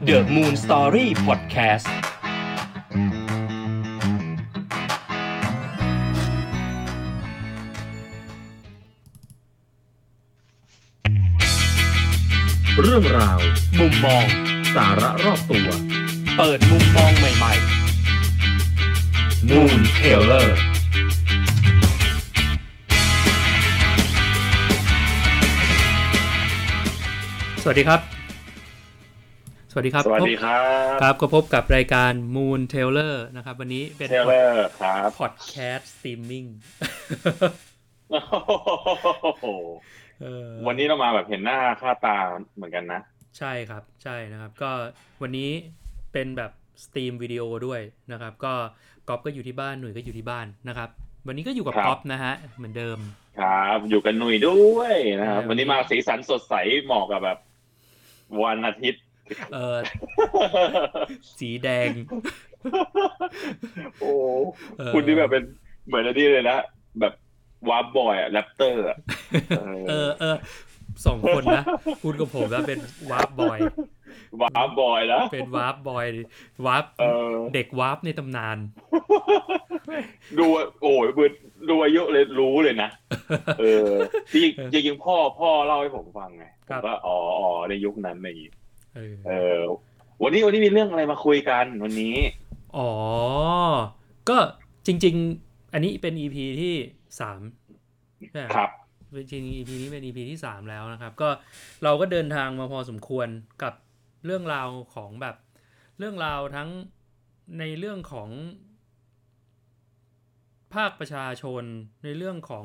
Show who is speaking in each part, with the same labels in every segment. Speaker 1: The Moon Story Podcast
Speaker 2: เรื่องราว
Speaker 1: มุมมอง
Speaker 2: สาระรอบตัว
Speaker 1: เปิดมุมมองใหม่
Speaker 2: Moon Taylor
Speaker 3: สวัสดีครับ สวัสดีครับ
Speaker 4: สวัสดีครั
Speaker 3: พบบ ครับก็พบกับรายการ Moon Taylor นะครับ วันนี้เป็น
Speaker 4: เทเลอร์ครับ
Speaker 3: พอดแคสต์สตรีมมิ่ง
Speaker 4: โอ้โหวันนี้เรามาแบบเห็นหน้าค่าตาเหมือนกันนะ
Speaker 3: ใช่ครับ ใช่นะครับ ก็วันนี้เป็นแบบสตรีมวิดีโอด้วยนะครับ ก็ก๊อฟก็อยู่ที่บ้านหนุ่ยก็อยู่ที่บ้านนะครับ วันนี้ก็อยู่กับ
Speaker 4: ครับ
Speaker 3: ก๊อฟนะฮะ เหมือนเดิม
Speaker 4: ครับ อยู่กันหนุ่ยด้วยนะครับ
Speaker 3: เออ
Speaker 4: วันนี้มาสีสันสดใสเหมาะกับแบบ วันอาทิตย์
Speaker 3: เออสีแดง
Speaker 4: โอ้
Speaker 3: เอ่อ
Speaker 4: คุณนี่แบบเป็นเหมือนอันนี้เลยนะแบบวาร์ปบอยอะแรปเตอร์อะ
Speaker 3: เออเออสองคนนะคุณกับผมแล้วเป็นวาร์ปบอย
Speaker 4: วาร์ปบอยนะ
Speaker 3: เป็นวาร์ปบอยวาร์ป
Speaker 4: เออ
Speaker 3: เด็กวาร์ปในตำนาน
Speaker 4: ดูโอ้ยบืนดูอายุเลยรู้เลยนะ เออที่จริงๆพ่อพ่อเล่าให้ผมฟังไง
Speaker 3: ค
Speaker 4: ผ
Speaker 3: รั
Speaker 4: ม
Speaker 3: บ
Speaker 4: ก็อ๋ออ๋อในยุคนั้นอะไรอย่างงี้
Speaker 3: เออ
Speaker 4: เออ วันนี้วันนี้มีเรื่องอะไรมาคุยกันวันนี้
Speaker 3: อ๋อ ก็จริง ๆ อันนี้เป็น EP ที่สามใช่ไหม
Speaker 4: ครับ
Speaker 3: จริงๆ EP นี้เป็น EP ที่สามแล้วนะครับ ก็เราก็เดินทางมาพอสมควรกับเรื่องราวของแบบ เรื่องราวทั้งในเรื่องของ ภาคประชาชน ในเรื่องของ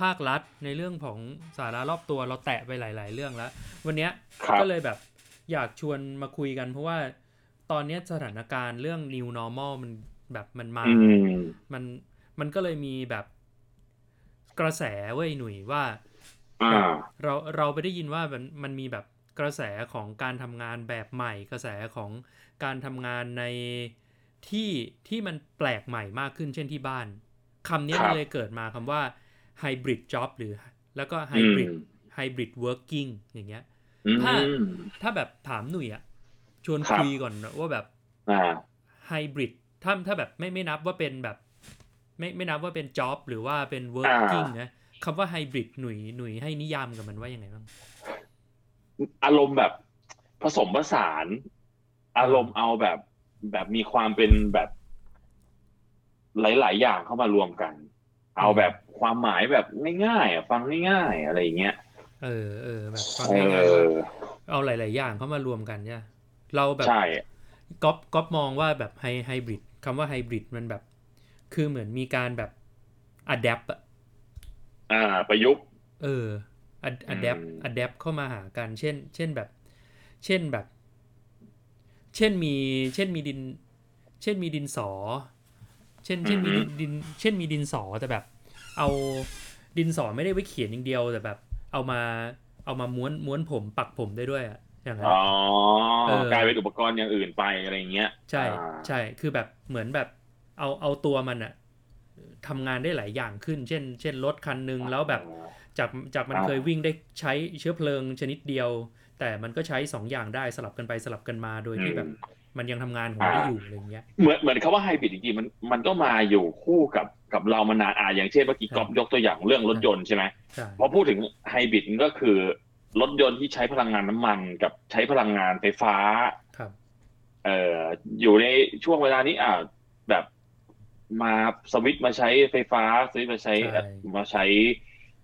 Speaker 3: ภาครัฐ ในเรื่องของสาระรอบตัวเราแตะไปหลาย ๆ เรื่องแล้ว วันเนี้ย
Speaker 4: ครับ
Speaker 3: ก็เลยแบบอยากชวนมาคุยกัน เพราะว่าตอนเนี้ยสถานการณ์เรื่อง new normal มันแบบมันมา
Speaker 4: อืม
Speaker 3: มันมันก็เลยมีแบบกระแสเว้ยหนุ่ยว่า
Speaker 4: อ่า
Speaker 3: เราเราไปได้ยินว่ามันมันมีแบบกระแสของการทำงานแบบใหม่ กระแสของการทำงานในที่ที่มันแปลกใหม่มากขึ้นเช่นที่บ้านคำเนี้ย
Speaker 4: ครับ
Speaker 3: มันเลยเกิดมาคำว่า hybrid job หรือแล้วก็
Speaker 4: อืม
Speaker 3: hybrid hybrid working อย่างเงี้ย
Speaker 4: อื
Speaker 3: ถ้า
Speaker 4: ม
Speaker 3: ถ้าแบบถามหนุ่ยอะชวน
Speaker 4: ครับ
Speaker 3: คุยก่อนว่าแบบ
Speaker 4: อ่า
Speaker 3: ไฮบริดถ้าถ้าแบบไม่ไม่นับว่าเป็นแบบ ไม่ไม่นับว่าเป็นจ็อบหรือว่าเป็น working นะคำว่าไฮบริดหนุ่ยหนุ่ยให้นิยามกับมันว่ายังไงบ้าง
Speaker 4: อารมณ์แบบผสมผสาน อารมณ์เอาแบบแบบมีความเป็นแบบหลาย ๆ อย่างเข้ามารวมกัน เอาแบบความหมายแบบง่ายๆอะฟังง่ายๆอะไรอย่างเงี้ย
Speaker 3: เออเออแบบฟัง
Speaker 4: เอ
Speaker 3: ง่ายๆว่า
Speaker 4: อ
Speaker 3: เอาหลาย ๆ อย่างเข้ามารวมกันเนี่ยเราแบบ
Speaker 4: ใช่
Speaker 3: ก๊อปก๊อปมองว่าแบบไฮไฮบริดคำว่าไฮบริดมันแบบ คือเหมือนมีการแบบ adapt อะ
Speaker 4: อ่า ประยุกต์
Speaker 3: เอออัดอัดแอป
Speaker 4: อืม
Speaker 3: อัดแอปเข้ามาหากัน เช่น เช่นแบบ เช่นแบบ เช่นมี เช่นมีดิน เช่นมีดินสอ เช่น เช่นมีดินดิน เช่นมีดินสอแต่แบบ เอาดินสอไม่ได้ไว้เขียนอย่างเดียวแต่แบบ เอามา เอามาม้วนม้วนผมปักผมได้ด้วยอะอย่างนั้น
Speaker 4: อ๋อ
Speaker 3: เออ
Speaker 4: กลายเป็นอุปกรณ์อย่างอื่นไปอะไรอย่างเงี้ย
Speaker 3: ใช่
Speaker 4: อ่า
Speaker 3: ใช่คือแบบเหมือนแบบเอาเอาตัวมันอะทำงานได้หลายอย่างขึ้น เช่น เช่นรถคันหนึ่งแล้วแบบ จากจากมัน
Speaker 4: อ่า
Speaker 3: เคยวิ่งได้ใช้เชื้อเพลิงชนิดเดียว แต่มันก็ใช้สองอย่างได้สลับกันไปสลับกันมาโดย
Speaker 4: อื
Speaker 3: ที่
Speaker 4: ม
Speaker 3: แบบ มันยังทำงานของมัน
Speaker 4: อ่า
Speaker 3: ได้อยู่อะไรเงี้ย
Speaker 4: เหมือนเหมือนคำว่าไฮบริดจริงๆมันมันก็มาอยู่คู่กับกับเรามานานอ่าอย่างเช่นเมื่อกี้
Speaker 3: ครับ
Speaker 4: ก๊อฟยกตัวอย่างเรื่องรถยนต์ใช่ไหม
Speaker 3: ใช่
Speaker 4: พอพูดถึงไฮบริดก็คือ รถยนต์ที่ใช้พลังงานน้ำมันกับใช้พลังงานไฟฟ้า
Speaker 3: ครับ
Speaker 4: เอ่ออยู่ในช่วงเวลานี้อ่าแบบมาสวิตช์มาใช้ไฟฟ้าสวิตช์มาใช้
Speaker 3: ใช่
Speaker 4: มาใช้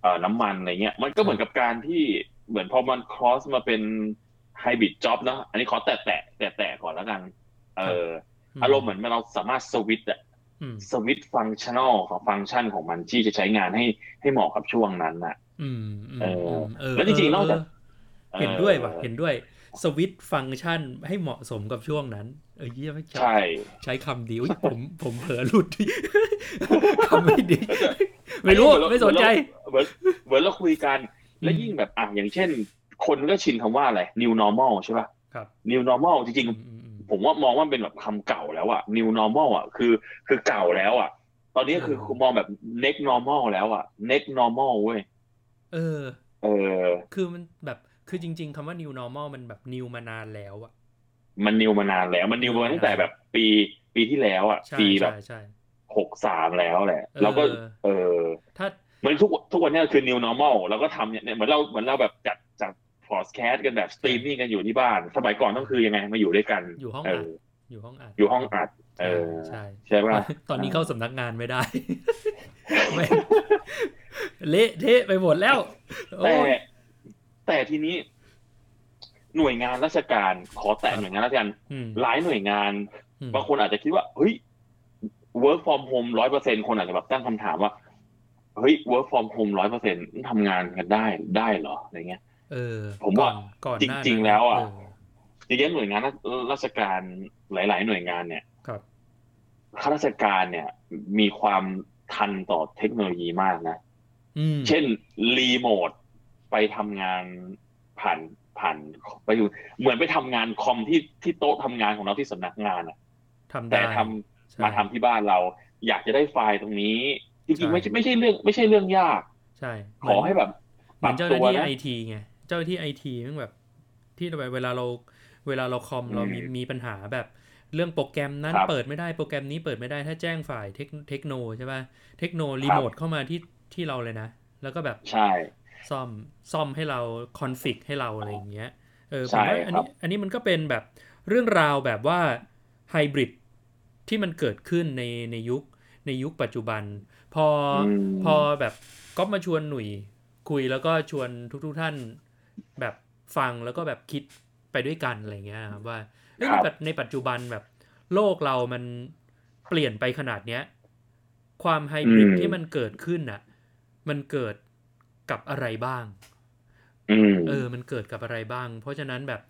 Speaker 4: เอ่อน้ำมันอะไรเงี้ย มันก็เหมือนกับการที่เหมือนพอมันครอสมาเป็นไฮบริดจ็อบเนาะอันนี้ขอแตะแตะแตะแตะก่อนแล้วกัน เอออารมณ์เหมือนเราสามารถสวิตช์อะ
Speaker 3: อืม
Speaker 4: สวิตฟังชั่นอลของฟังก์ชันของมันที่จะใช้งานให้ให้เหมาะกับช่วงนั้นน่ะ
Speaker 3: อืมอืม
Speaker 4: เอออื
Speaker 3: มเออ
Speaker 4: แล้วจริงๆ
Speaker 3: เ
Speaker 4: นอกจาก
Speaker 3: เออเห็นด้วยว่ะเห็นด้วยสวิตฟังก์ชันให้เหมาะสมกับช่วงนั้น เออเยี่ยม
Speaker 4: ใช่
Speaker 3: ใช้คำดีอุ๊ยผมผมเผลอหลุด คำไม่ดี ไม่รู้
Speaker 4: เหอเา
Speaker 3: ไม่สนใจ
Speaker 4: เหมือนเหมือนเราคุยกัน และยิ่งแบบอ่ะอย่างเช่น คนก็ชินคำว่าอะไร new normal ใช่ป่ะ
Speaker 3: ครับ
Speaker 4: new normal จริง
Speaker 3: อืมอืมอืม
Speaker 4: ๆ ผมว่ามองว่ามันเป็นแบบคำเก่าแล้วอะ new normal อะคือ คือเก่าแล้วอะตอนนี้คือ
Speaker 3: อืม
Speaker 4: คุณมองแบบ next normal แล้วอะ next normal เว้ย
Speaker 3: เออ
Speaker 4: เออ
Speaker 3: คือมันแบบคือจริง ๆคำว่า new normal มันแบบ new มานานแล้วอะ
Speaker 4: มันนิวมานานแล้ว มันนิวมาตั้งแต่แบบปีปีที่แล้วอ่ะ
Speaker 3: ใช่
Speaker 4: ปีแบ
Speaker 3: ใช่
Speaker 4: บ
Speaker 3: ใช่
Speaker 4: หกสามแล้วแหละ
Speaker 3: เออ
Speaker 4: เราก็ เออ
Speaker 3: ถ้า
Speaker 4: เหมือนทุกทุกวันเนี้คือ new normal เราก็ทำเนี่ยเหมือนเราเหมือนเราแบบจัดจัดพอดแคสต์กันแบบสตรีมมิ่งกันอยู่ที่บ้าน สมัยก่อนต้องคือยังไงมาอยู่ด้วยกัน
Speaker 3: อยู่ห้อง
Speaker 4: เอ
Speaker 3: อัด
Speaker 4: อ
Speaker 3: อยู่ห้องอัด
Speaker 4: อยู่ห้องอัด เอ
Speaker 3: ใช่
Speaker 4: อ
Speaker 3: ใช่
Speaker 4: ใช่ป่ะ
Speaker 3: ตอนนี้เข้าสำนักงานไม่ได้ ไม่เละเทะไปหมดแล้วโอ้
Speaker 4: แต่
Speaker 3: ย
Speaker 4: แต่ทีนี้ หน่วยงานราชการขอ
Speaker 3: ค
Speaker 4: แตะ
Speaker 3: รับ
Speaker 4: หน่วยงานราชการ
Speaker 3: อืม
Speaker 4: หลายหน่วยงาน
Speaker 3: อืม
Speaker 4: บางคนอาจจะคิดว่าเฮ้ย work from home ร้อยเปอร์เซ็นคนอาจจะแบบตั้งคำถามว่าเฮ้ย work from home ร้อยเปอร์เซ็นทำงานกันได้ได้เหรออะไรเงี้ย
Speaker 3: เออ
Speaker 4: ผมว่า
Speaker 3: ก่อนหน้านั้น
Speaker 4: จริงๆแล้วอะ
Speaker 3: เ
Speaker 4: เยอะแยะหน่วยงานราราชการหลาย ๆ หน่วยงานเนี่ย
Speaker 3: ครับ
Speaker 4: ข้าราชการเนี่ย มีความทันต่อเทคโนโลยีมากนะ
Speaker 3: อืม
Speaker 4: เช่นรีโมทไปทำงานผ่านผ่านไปอยู่เหมือนไปทำงานคอมที่ที่โต๊ะทำงานของเราที่สำนักงานอะ
Speaker 3: ทำ
Speaker 4: แต่
Speaker 3: ได้
Speaker 4: ทำ
Speaker 3: ใช่
Speaker 4: มาทำที่บ้านเรา อยากจะได้ไฟล์ตรงนี้ จ
Speaker 3: ใช่
Speaker 4: ริงๆไม่ใช่ไม่ใช่เรื่องไม่ใช่เรื่องยาก
Speaker 3: ใช่
Speaker 4: ขอให้แบบ
Speaker 3: เห
Speaker 4: ป
Speaker 3: มือ
Speaker 4: รั
Speaker 3: น
Speaker 4: บ
Speaker 3: เจ้าห
Speaker 4: ตั
Speaker 3: น้าว ที่
Speaker 4: นะ
Speaker 3: ไอทีไงเจ้าหน้าที่ไอทีมันแบบ ที่เราเวลาเราเวลาเราคอม
Speaker 4: อืม
Speaker 3: เรามีมีปัญหาแบบเรื่องโปรแกรมนั้น
Speaker 4: ครับ
Speaker 3: เปิดไม่ได้โปรแกรมนี้เปิดไม่ได้ถ้าแจ้งฝ่ายเทคเทคโนใช่ป่ะเทคโนรีโมทเข้ามาที่ที่เราเลยนะ แล้วก็แบบ
Speaker 4: ใช่
Speaker 3: ซ่อมซ่อมให้เราคอนฟิกให้เราอะไรอย่างเงี้ยเออผ
Speaker 4: ใช่
Speaker 3: มว่าอัน
Speaker 4: ครั
Speaker 3: นี้
Speaker 4: บ
Speaker 3: อันนี้มันก็เป็นแบบเรื่องราวแบบว่าไฮบริดที่มันเกิดขึ้นในในยุคในยุคปัจจุบัน พออ
Speaker 4: ม
Speaker 3: พอแบบก๊อฟมาชวนหนุ่ยคุยแล้วก็ชวนทุกทุกๆท่านแบบฟังแล้วก็แบบคิดไปด้วยกันอะไรเงี้ยครับว่าเอ้ย
Speaker 4: ครับ
Speaker 3: แบบในปัจจุบันแบบโลกเรามันเปลี่ยนไปขนาดเนี้ย ความไฮบริด
Speaker 4: อืม
Speaker 3: ที่มันเกิดขึ้นน่ะ มันเกิดกับอะไรบ้าง
Speaker 4: อืม
Speaker 3: เออ มันเกิดกับอะไรบ้าง เพราะฉะนั้นแบบ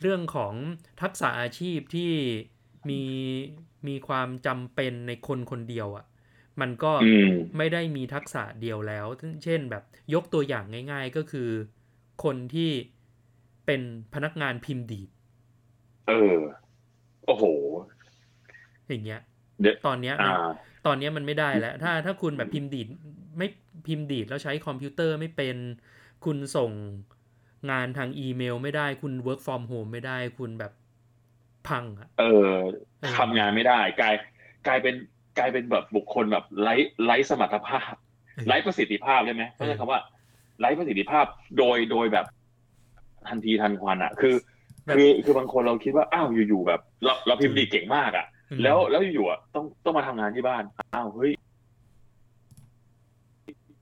Speaker 3: เรื่องของทักษะอาชีพที่มีมีความจำเป็นในคนคนเดียวอะ่ะ มันก็
Speaker 4: อืม
Speaker 3: ไม่ได้มีทักษะเดียวแล้ว เช่นแบบยกตัวอย่างง่าย ๆ ก็คือคนที่เป็นพนักงานพิมพ์ดีด
Speaker 4: เออ โอ้โห
Speaker 3: อย่างเงี้ย
Speaker 4: เดี๋ยว
Speaker 3: ตอนเนี้ยมัน
Speaker 4: อ่า
Speaker 3: ตอนเนี้ยมันไม่ได้แล้ว ถ้าถ้าคุณแบบพิมพ์ดีดไม่พิมพ์ดีดแล้วใช้คอมพิวเตอร์ไม่เป็น คุณส่งงานทางอีเมลไม่ได้ คุณ work from home ไม่ได้ คุณแบบพังอ่ะ
Speaker 4: เออ
Speaker 3: เออ
Speaker 4: ทำงานไม่ได้ กลายกลายเป็นกลายเป็นแบบบุคคลแบบไร้ไร้สมรรถภาพ ไร้ประสิทธิภาพได้ไหมต้องใช้คำว่าไร้ประสิทธิภาพโดยโดยแบบทันทีทันควันอ่ะ คือ
Speaker 3: แบบ
Speaker 4: คือคือบางคนเราคิดว่าอ้าวอยู่ๆแบบ เราเราพิมพ์ดีดเก่งมากอ่ะ
Speaker 3: อืม
Speaker 4: แล้วแล้วอยู่ๆอ่ะต้องต้องมาทำงานที่บ้านอ้าวเฮ้ย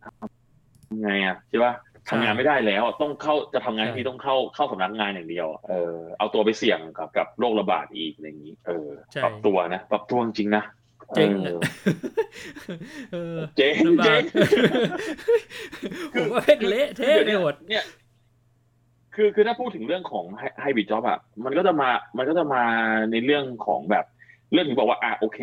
Speaker 4: ทำไงอ่ะใช่ป่ะทำงานไม่ได้แล้วอ่ะต้องเข้าจะทำงาน
Speaker 3: ใช่
Speaker 4: ที่ต้องเข้าเข้าสำนักงานอย่างเดียวอ่ะเออเอาตัวไปเสี่ยงกับกับโรคระบาดอีกอะไรอย่างนี้ เออ
Speaker 3: ใช่
Speaker 4: ปรับตัวนะปรับตัวจริงๆนะ
Speaker 3: เจ๊ง
Speaker 4: อ
Speaker 3: อ่ะ
Speaker 4: อ
Speaker 3: เออ
Speaker 4: เจ๊ง
Speaker 3: ลำบา
Speaker 4: เจ๊
Speaker 3: ก
Speaker 4: ง
Speaker 3: ผมว่าแม่งเละเทะไปหมด
Speaker 4: เนี่ย คือคือถ้าพูดถึงเรื่องของไฮบริดจ็อบอะมันก็จะมา มันก็จะมาในเรื่องของแบบ เรื่องที่บอกว่าอ่ะโอเค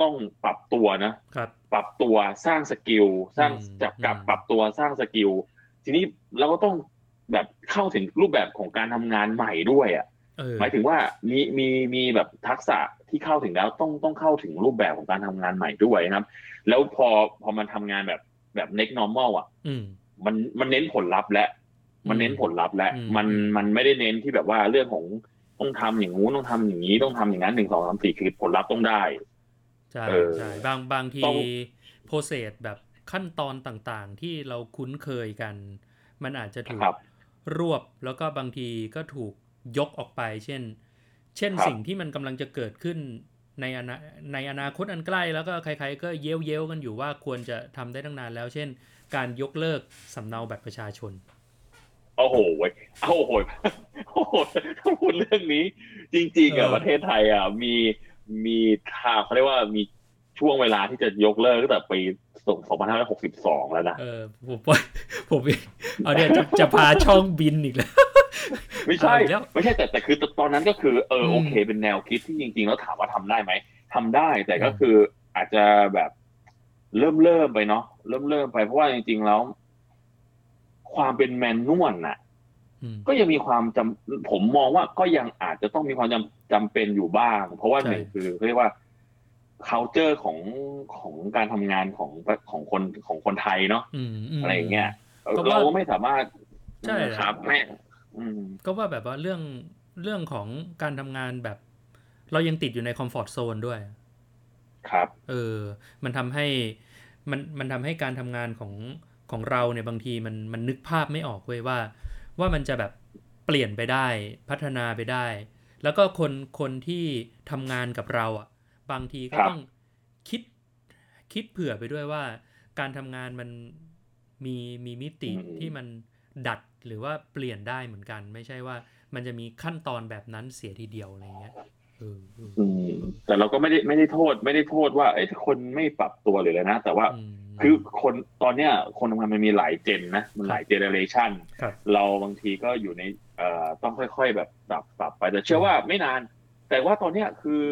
Speaker 4: ต้องปรับตัวนะ
Speaker 3: ครับ
Speaker 4: ปรับตัวสร้างสกิลสร้าง
Speaker 3: อืม
Speaker 4: จับกับ
Speaker 3: อืม
Speaker 4: ปรับตัวสร้างสกิลทีนี้เราก็ต้องแบบเข้าถึงรูปแบบของการทำงานใหม่ด้วยอะ
Speaker 3: เออ
Speaker 4: หมายถึงว่ามีมีมีแบบทักษะที่เข้าถึงแล้วต้องต้องเข้าถึงรูปแบบของการทำงานใหม่ด้วยนะครับ แล้วพอพอมันทำงานแบบแบบ next normal อ่ะ
Speaker 3: อืม
Speaker 4: มันมันเน้นผลลัพธ์และ มันเน้นผลลัพธ์และ
Speaker 3: อืม
Speaker 4: มัน
Speaker 3: อืม
Speaker 4: มันไม่ได้เน้นที่แบบว่าเรื่องของต้องทำอย่างงู้นต้องทำอย่างนี้ต้องทำอย่างนั้นหนึ่งสองสามสี่คือผลลัพธ์ต้องได้
Speaker 3: ใช่
Speaker 4: เออ
Speaker 3: ใช่บางบางที
Speaker 4: ต้อง
Speaker 3: โปรเซสแบบขั้นตอนต่างๆ ที่เราคุ้นเคยกัน มันอาจจะถูก
Speaker 4: ครับ
Speaker 3: รวบแล้วก็บางทีก็ถูกยกออกไป เช่น เช่น
Speaker 4: ครับ
Speaker 3: สิ่งที่มันกำลังจะเกิดขึ้นในอนาในอนาคตอันใกล้ แล้วก็ใครๆก็เย้ยวเย้ยวๆกันอยู่ว่าควรจะทำได้ตั้งนานแล้ว เช่น การยกเลิกสำเนาบัตรประชาชน
Speaker 4: โอ้โหเว้ยโอ้โหโอ้โหถ้าพูดเรื่องนี้ จริงๆอะ
Speaker 3: เออ
Speaker 4: ประเทศไทยอะมีมีทางเขาเรียกว่ามีช่วงเวลาที่จะยกเลิกตั้งแต่ปี2562 แล้วนะ
Speaker 3: เออผมว่า ผมเอาเนี่ยจะจะพาช่องบินอีกแล้ว
Speaker 4: ไม่ใช่
Speaker 3: เอาอีกแล้ว
Speaker 4: ไม่ใช่แต่แต่คือตอนนั้นก็คือเอออ
Speaker 3: ม
Speaker 4: โอเค เป็นแนวคิดที่จริงๆแล้วถามว่าทำได้ไหมทำได้แต่ก็
Speaker 3: อืม
Speaker 4: คืออาจจะแบบเริ่มเริ่มไปเนาะเริ่มเริ่มไปเพราะว่าจริงๆแล้ว ความเป็นแมนนวลน่ะ
Speaker 3: อืม
Speaker 4: ก็ยังมีความจำผมมองว่าก็ยังอาจจะต้องมีความจำจำเป็นอยู่บ้าง เพราะว่า
Speaker 3: ใช่
Speaker 4: หนึ่งคือเขาเรียกว่า culture ของของการทำงานของของคนของคนไทยเนาะ
Speaker 3: อืมม
Speaker 4: อะไรอย่างเงี้ย
Speaker 3: ก็ว่า
Speaker 4: เราก็ไม่สามารถ
Speaker 3: ใช่
Speaker 4: ครับแม่อืม
Speaker 3: ก็ว่าแบบว่าเรื่อง เรื่องของการทำงานแบบ เรายังติดอยู่ในคอมฟอร์ทโซนด้วย
Speaker 4: ครับ
Speaker 3: เออ มันทำให้มันมันทำให้การทำงานของของเราเนี่ยบางทีมันมันนึกภาพไม่ออกเว้ยว่า ว่ามันจะแบบเปลี่ยนไปได้พัฒนาไปได้ แล้วก็คนคนที่ทำงานกับเราอ่ะ บางทีก็
Speaker 4: ครับ
Speaker 3: ต้องคิดคิดเผื่อไปด้วยว่า การทำงานมันมีมีมิติที่มันดัดหรือว่าเปลี่ยนได้เหมือนกัน ไม่ใช่ว่า มันจะมีขั้นตอนแบบนั้นเสียทีเดียวอะไรเงี้ยเออเออ
Speaker 4: อืมแต่เราก็ไม่ได้ไม่ได้โทษ ไม่ได้โทษว่าไอ้ยคนไม่ปรับตัวหรืออะไรนะ แต่ว่า
Speaker 3: อืม
Speaker 4: คือคนตอนเนี้ยคนทำงานมันมีหลายเจนนะมันหลายเจเนเรชัน
Speaker 3: ครับ
Speaker 4: เราบางทีก็อยู่ในเอ่อต้องค่อย ๆ แบบปรับปรับไปแต่เชื่อว่าไม่นาน แต่ว่าตอนเนี้ยคือ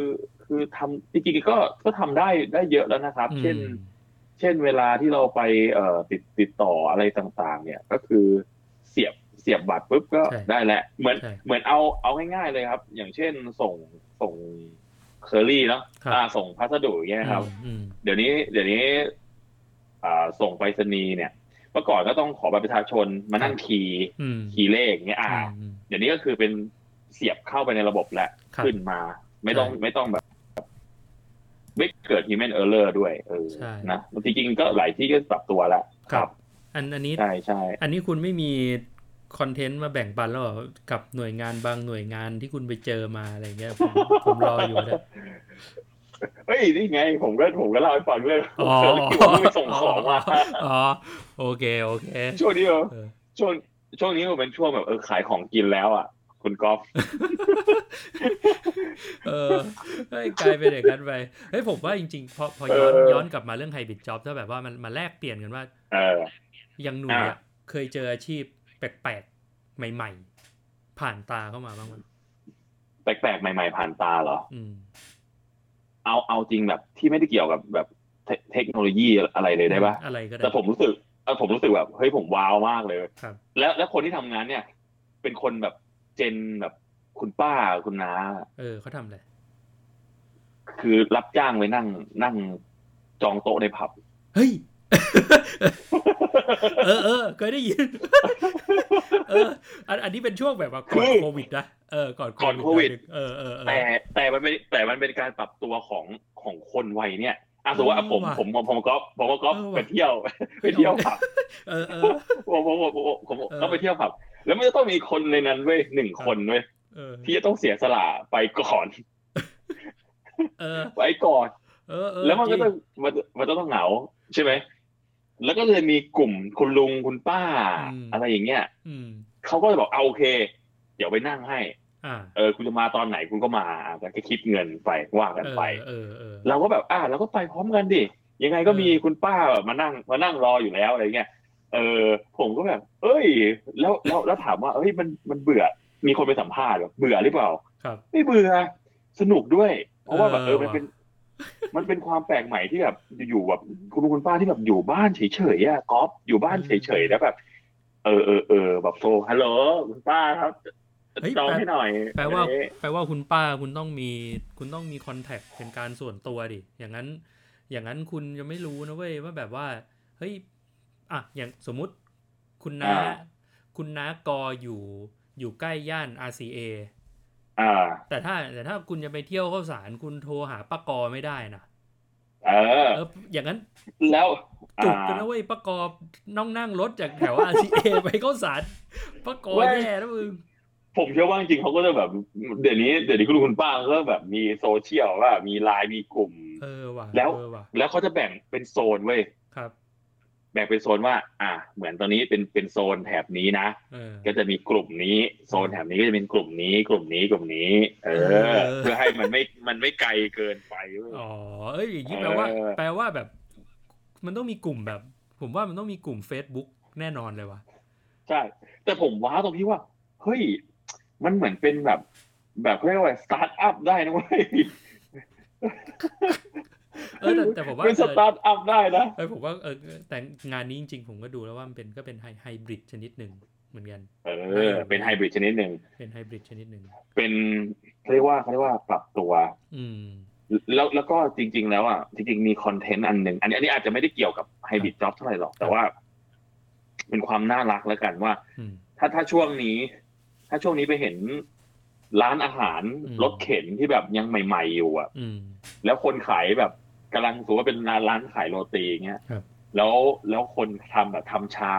Speaker 4: คือทำจริงๆก็ก็ทำได้ได้เยอะแล้วนะครับ เช่น
Speaker 3: อืม
Speaker 4: เช่นเวลาที่เราไปเอ่อติดติดต่ออะไรต่างๆ เนี่ยก็คือเสียบเสียบบัตรปุ๊บก็
Speaker 3: ใช่
Speaker 4: ได้แหละ เหมือน
Speaker 3: ใช่
Speaker 4: เหมือนเอาเอาง่ายๆเลยครับ อย่างเช่นส่งส่งเคอรี่เนาะ
Speaker 3: ครับ
Speaker 4: อ่าส่งพัสดุอย่างเงี้ยครับ
Speaker 3: อืม
Speaker 4: เดี๋ยวนี้เดี๋ยวนี้อ่าส่งไปรษณีย์เนี่ยเมื่อก่อนก็ต้องขอบัตรประชาชนมานั่งคีย์
Speaker 3: อืม
Speaker 4: คีย์เลขอย่างเงี้ยอ่า
Speaker 3: อืม
Speaker 4: เดี๋ยวนี้ก็คือเป็นเสียบเข้าไปในระบบแล้ว
Speaker 3: ครับ
Speaker 4: ขึ้นมา ไม่ต้อง
Speaker 3: ใช่
Speaker 4: ไม่ต้องแบบ ไม่เกิด human error ด้วยเออ
Speaker 3: ใช่
Speaker 4: นะจริงๆก็หลายที่ก็ปรับตัวแล้ว
Speaker 3: ครับ อันอันนี้
Speaker 4: ใช่ใช่
Speaker 3: อันนี้คุณไม่มีคอนเทนต์มาแบ่งปันแล้วเหรอกับหน่วยงานบางหน่วยงานที่คุณไปเจอมาอะไรเงี้ย ผมผมรออยู่นะ
Speaker 4: เฮ้ยนี่ไง ผมก็ผมก็เล่าให้ฟังเรื่อง
Speaker 3: อ๋อ
Speaker 4: เจอที่ผมไปส่งของมา
Speaker 3: อ๋อโอเคโอเค
Speaker 4: ช่วงนี้เออ
Speaker 3: เออ
Speaker 4: ช่วงช่วงนี้มันเป็นช่วงแบบเออขายของกินแล้วอ่ะ คุณกอล์ฟ
Speaker 3: เออเฮ้ยกลายเป็นอย่างนั้นไปเฮ้ยผมว่าจริงๆพอพอย้อนย้อนกลับมาเรื่องไฮบริดจ็อบถ้าแบบว่ามันมาแลกเปลี่ยนกันว่า
Speaker 4: เออ
Speaker 3: ยังหนุ่ย
Speaker 4: อ่ะ
Speaker 3: อะเคยเจออาชีพแปลกๆใหม่ ๆ ผ่านตาเข้ามาบ้างไหม
Speaker 4: แปลกๆใหม่ๆผ่านตาเหรอ
Speaker 3: อืม
Speaker 4: เอาเอาจริงแบบที่ไม่ได้เกี่ยวกับแบบเทเทคโนโลยีอะไรเลยได้ปะ
Speaker 3: อะไรก็ได้
Speaker 4: แต่ผมรู้สึกเออผมรู้สึกแบบเฮ้ยผมว้าวมากเลย
Speaker 3: ครับ
Speaker 4: แล้วแล้วคนที่ทำงานเนี่ย เป็นคนแบบเจนแบบคุณป้าคุณน้า
Speaker 3: เออเขาทำอะไร
Speaker 4: คือรับจ้างไปนั่งนั่งจองโต๊ะในผับ
Speaker 3: เฮ้ย เออเออเคยได้ยิน เออ อันอันนี้เป็นช่วงแบบว่าก่อน
Speaker 4: คือ
Speaker 3: โควิดนะ เออ ก่อน
Speaker 4: ก่อนโควิด
Speaker 3: เออเออเออ
Speaker 4: แต่แต่มันเป็นแต่มันเป็นการปรับตัวของของคนวัยเนี่ยอ่ะสมมติว่า
Speaker 3: เออ
Speaker 4: ผม
Speaker 3: ว่ะ
Speaker 4: ผมผมผมก็ผมก็
Speaker 3: เออว่ะ
Speaker 4: ไปเที่ยว ไปเที่ยวผับ
Speaker 3: เออเออ
Speaker 4: ผมผมผมผมผม
Speaker 3: เออ
Speaker 4: ก็ไปเที่ยวผับ แล้วมันจะต้องมีคนในนั้นเว้ยหนึ่งคนเว้ย
Speaker 3: เออ
Speaker 4: ที่จะต้องเสียสละไปก่อน
Speaker 3: เออ
Speaker 4: ไปก่อน
Speaker 3: เออเออ
Speaker 4: แล้วมันก็
Speaker 3: จ
Speaker 4: จะ
Speaker 3: ริ
Speaker 4: มันมันจะต้องเหงาใช่ไหม แล้วก็เลยมีกลุ่มคุณลุงคุณป้า อะไรอย่างเงี้ย
Speaker 3: อืม
Speaker 4: เขาก็จะบอกเอาโอเค เดี๋ยวไปนั่งให้
Speaker 3: อ่า
Speaker 4: เออคุณจะมาตอนไหนคุณก็มาแต่ก็คิดเงินไปว่ากัน
Speaker 3: เออ
Speaker 4: ไป
Speaker 3: เออเออ
Speaker 4: เราก็แบบอ่าเราก็ไปพร้อมกันดิยังไงก็มี
Speaker 3: เออ
Speaker 4: คุณป้าแบบมานั่งมานั่งรออยู่แล้วอะไรเงี้ยเออผมก็แบบ เอ้ย แล้วแล้วแล้วถามว่าเอ้ยมันมันเบื่อมีคนไปสัมภาษณ์แบบเบื่อหรือเปล่า
Speaker 3: ครับ
Speaker 4: ไม่เบื่อสนุกด้วย เพราะว่าแบบ
Speaker 3: เอ
Speaker 4: เอ
Speaker 3: อ
Speaker 4: อมันเป็น
Speaker 3: ว่
Speaker 4: มันเป็นความแปลกใหม่ที่แบบอยู่ๆแบบคุณลุงคุณป้าที่แบบอยู่บ้านเฉยๆอะก๊อฟอยู่บ้านเฉยๆแล้วแบบ เออเออเออแบบโทรฮัลโหลคุณป้าครับ
Speaker 3: เฮ้ย
Speaker 4: จอง
Speaker 3: แปล
Speaker 4: ให้หน่อย
Speaker 3: แปลว่า
Speaker 4: อะไรอย่างเงี้ย
Speaker 3: แปลว่าคุณป้าคุณต้องมี คุณต้องมีคอนแทคเป็นการส่วนตัวดิ อย่างนั้น อย่างนั้นคุณจะไม่รู้นะเว้ยว่าแบบว่า เฮ้ย อ่ะ อย่างสมมุติคุณน้า คุณน้ากออยู่ อยู่ใกล้ย่าน RCA
Speaker 4: อ่า
Speaker 3: แต่ถ้าแต่ถ้าคุณจะไปเที่ยวเข้าสารคุณโทรหาป้ากอไม่ได้นะ
Speaker 4: เออ
Speaker 3: เอออย่างนั้น
Speaker 4: แล้ว
Speaker 3: จุก
Speaker 4: อ่า
Speaker 3: กันนะเว้ยป้ากอน้องนั่งรถจากแถว RCA ไปเข้าสารป้ากอ
Speaker 4: เว้ย
Speaker 3: แย่นะมึง
Speaker 4: ผมเชื่อว่าจริงๆเขาก็จะแบบ เดี๋ยวนี้เดี๋ยวนี้คุณลุงคุณป้าก็แบบมีโซเชียลว่ามีไลน์มีกลุ่ม
Speaker 3: เออว่ะ
Speaker 4: แล้ว
Speaker 3: เออว่ะ
Speaker 4: แล้วเขาจะแบ่งเป็นโซนเว้ย
Speaker 3: ครับ
Speaker 4: แบ่งเป็นโซนว่า อ่า เหมือนตอนนี้เป็นเป็นโซนแถบนี้นะ
Speaker 3: เออ
Speaker 4: ก็จะมีกลุ่มนี้โซนแถบนี้ก็จะเป็นกลุ่มนี้กลุ่มนี้กลุ่มนี้ เอ
Speaker 3: เอ
Speaker 4: อ
Speaker 3: อ
Speaker 4: เพื่อให้มันไม่มันไม่ไกลเกินไปเว้ย
Speaker 3: อ๋อเอ้ยอย่างนี้แปลว่า
Speaker 4: เออ
Speaker 3: แปลว่าแบบ มันต้องมีกลุ่มแบบ ผมว่ามันต้องมีกลุ่ม Facebook แน่นอนเลยว่ะ
Speaker 4: ใช่ แต่ผมว้าวตรงที่ว่า เฮ้ย มันเหมือนเป็นแบบ แบบเขาเรียกว่าสตาร์ทอัพได้นะเว้ย
Speaker 3: เออแต่แต่ผมว่า
Speaker 4: เป็นสตาร์ทอัพได้นะ
Speaker 3: เออผมว่าเออแต่งานนี้จริงๆ ผมก็ดูแล้วว่ามันเป็นก็เป็นไฮไฮบริดชนิดหนึ่งเหมือนกัน
Speaker 4: เออ เป็นไฮบริดชนิดหนึ่ง
Speaker 3: เป็นไฮบริดชนิดหนึ่ง
Speaker 4: เป็นเขาเรียกว่าเขาเรียกว่าปรับตัว
Speaker 3: อืม
Speaker 4: แล้วแล้วก็จริง ๆ แล้วอ่ะจริงๆมีคอนเทนต์อันหนึ่งอันนี้อันนี้อาจจะไม่ได้เกี่ยวกับไฮบริดจ็อบเท่าไหร่หรอกแต่ว่า เป็นความน่ารักแล้วกันว่า
Speaker 3: อืม
Speaker 4: ถ้าถ้าช่วงนี้ ถ้าช่วงนี้ไปเห็น ร้านอาหาร
Speaker 3: อืม
Speaker 4: รถเข็นที่แบบยังใหม่ ๆ อยู่อ่ะ
Speaker 3: อืม
Speaker 4: แล้วคนขายแบบกำลังสมมติว่าเป็นร้านขายโรตีอย่างเงี้ย
Speaker 3: ครับ
Speaker 4: แล้วแล้วคนทำแบบทำช้า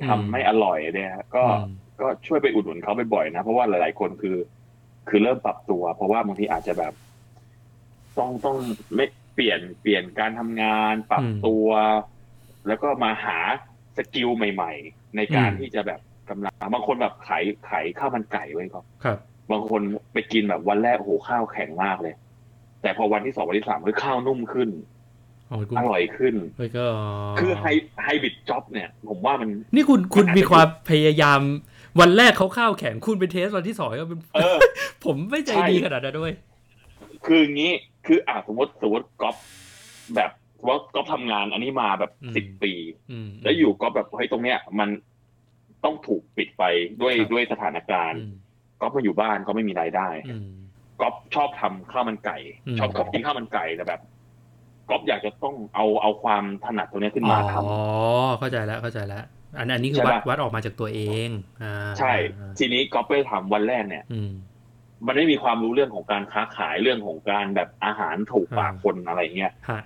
Speaker 3: อืม
Speaker 4: ทำไม่อร่อยเนี่ยก็
Speaker 3: อืม
Speaker 4: ก็ช่วยไปอุดหนุนเขาบ่อยๆนะ เพราะว่าหลายๆคนคือ คือเริ่มปรับตัว เพราะว่าบางทีอาจจะแบบ ต้องต้องไม่เปลี่ยนเปลี่ยนการทำงาน ปรับตัว แล้วก็มาหาสกิลใหม่ ๆ ในการที่จะแบบกำลังบางคนแบบขายขายข้าวมันไก่ไว้ก็
Speaker 3: ครับ
Speaker 4: บางคนไปกินแบบวันแรกโอ้โหข้าวแข็งมากเลย แต่พอวันที่สองวันที่สามคือข้าวนุ่มขึ้น
Speaker 3: โอ้ยกู
Speaker 4: อร่อยขึ้น
Speaker 3: เฮ้ยก็
Speaker 4: คือไฮไฮบริดจ็อบเนี่ย ผมว่ามัน
Speaker 3: นี่คุณคุณ
Speaker 4: อาจจะ
Speaker 3: มีความพยายาม วันแรกเขาข้าวแข็งคุณไปเทสวันที่สองก็เป็น
Speaker 4: เออ
Speaker 3: ผมไม่ใจ
Speaker 4: ใช่
Speaker 3: ดีขนาดนั้นด้วย
Speaker 4: คืออย่างนี้คืออ่ะสมมติสมมติก๊อฟแบบว่าก๊อฟทำงานอันนี้มาแบบ
Speaker 3: อืม
Speaker 4: สิบปี
Speaker 3: อืม
Speaker 4: แล้วอยู่ก๊อฟแบบเฮ้ยตรงเนี้ย มันต้องถูกปิดไปด้วย
Speaker 3: ครับ
Speaker 4: ด้วยสถานการณ์
Speaker 3: อืม
Speaker 4: ก๊อฟมาอยู่บ้านก็ไม่มีรายได้
Speaker 3: อืม
Speaker 4: ก๊อฟชอบทำข้าวมันไก่
Speaker 3: อืม
Speaker 4: ชอบก๊อฟกินข้าวมันไก่แต่แบบก๊อฟอยากจะต้องเอาเอาความถนัดตรงเนี้ยขึ้นมาทำ
Speaker 3: อ๋อเข้าใจแล้วเข้าใจแล้วอันอันนี้คือ
Speaker 4: ใช่
Speaker 3: วัด
Speaker 4: ปะ
Speaker 3: วัดออกมาจากตัวเองอ่า
Speaker 4: ใช่
Speaker 3: อ่า
Speaker 4: ทีนี้ก๊อฟไปถามวันแรกเนี่ย
Speaker 3: อืม
Speaker 4: มันไม่มีความรู้เรื่องของการค้าขายเรื่องของการแบบอาหารถูกปาก
Speaker 3: อ่า
Speaker 4: คนอะไรเงี้ย
Speaker 3: ฮะ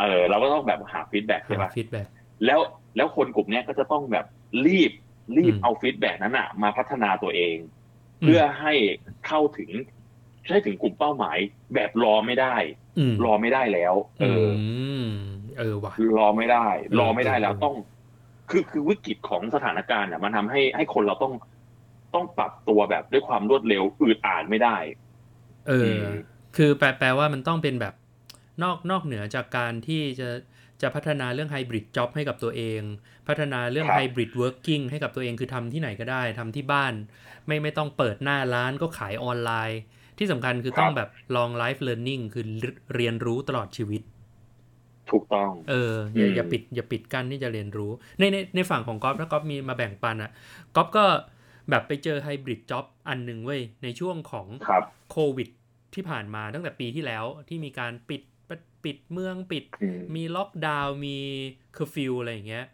Speaker 4: เออเราก็ต้องแบบหาฟีดแบ็กใช่
Speaker 3: หา
Speaker 4: ปะ
Speaker 3: ฟีดแบ็ก
Speaker 4: แล้วแล้วคนกลุ่มเนี้ยก็จะต้องแบบรีบรีบ
Speaker 3: อืม
Speaker 4: เอาฟีดแบ็กนั้นอะมาพัฒนาตัวเอง เพื่อให้เข้าถึงให้ถึงกลุ่มเป้าหมาย แบบรอไม่ได้
Speaker 3: อืม
Speaker 4: รอไม่ได้แล้ว เอออ
Speaker 3: มเออว่ะ
Speaker 4: รอไม่ได้ รอไม่ได้แล้ว
Speaker 3: เออ
Speaker 4: ต้อง คือคือวิกฤตของสถานการณ์อะมันทำให้ให้คนเราต้องต้องปรับตัวแบบด้วยความรวดเร็วอืดอ่านไม่ได้
Speaker 3: เอออ
Speaker 4: ม
Speaker 3: คือแปลแปลว่ามันต้องเป็นแบบนอกนอกเหนือจากการที่จะจะพัฒนาเรื่องไฮบริดจ็อบให้กับตัวเอง พัฒนาเรื่อง
Speaker 4: ครับ
Speaker 3: ไฮบริดเวิร์กิ่งให้กับตัวเองคือทำที่ไหนก็ได้ทำที่บ้าน ไม่ไม่ต้องเปิดหน้าร้านก็ขายออนไลน์ ที่สำคัญคือต้องแบบลองไลฟ์เลิร์นนิ่งคือเรียนรู้ตลอดชีวิต
Speaker 4: ถูกต้อง
Speaker 3: เอออย่า
Speaker 4: อืม
Speaker 3: อย่าปิดอย่าปิดกั้นที่จะเรียนรู้ ในในในฝั่งของก๊อฟถ้าก๊อฟมีมาแบ่งปันอะ่ะก๊อฟก็แบบไปเจอไฮบริดจ็อบอันหนึ่งเว้ย ในช่วงของ
Speaker 4: ครับ
Speaker 3: โควิดที่ผ่านมาตั้งแต่ปีที่แล้วที่มีการปิดปิดเมืองปิด
Speaker 4: อืม
Speaker 3: มีล็อกดาวน์มีเคอร์ฟิวอะไรอย่างเงี้ย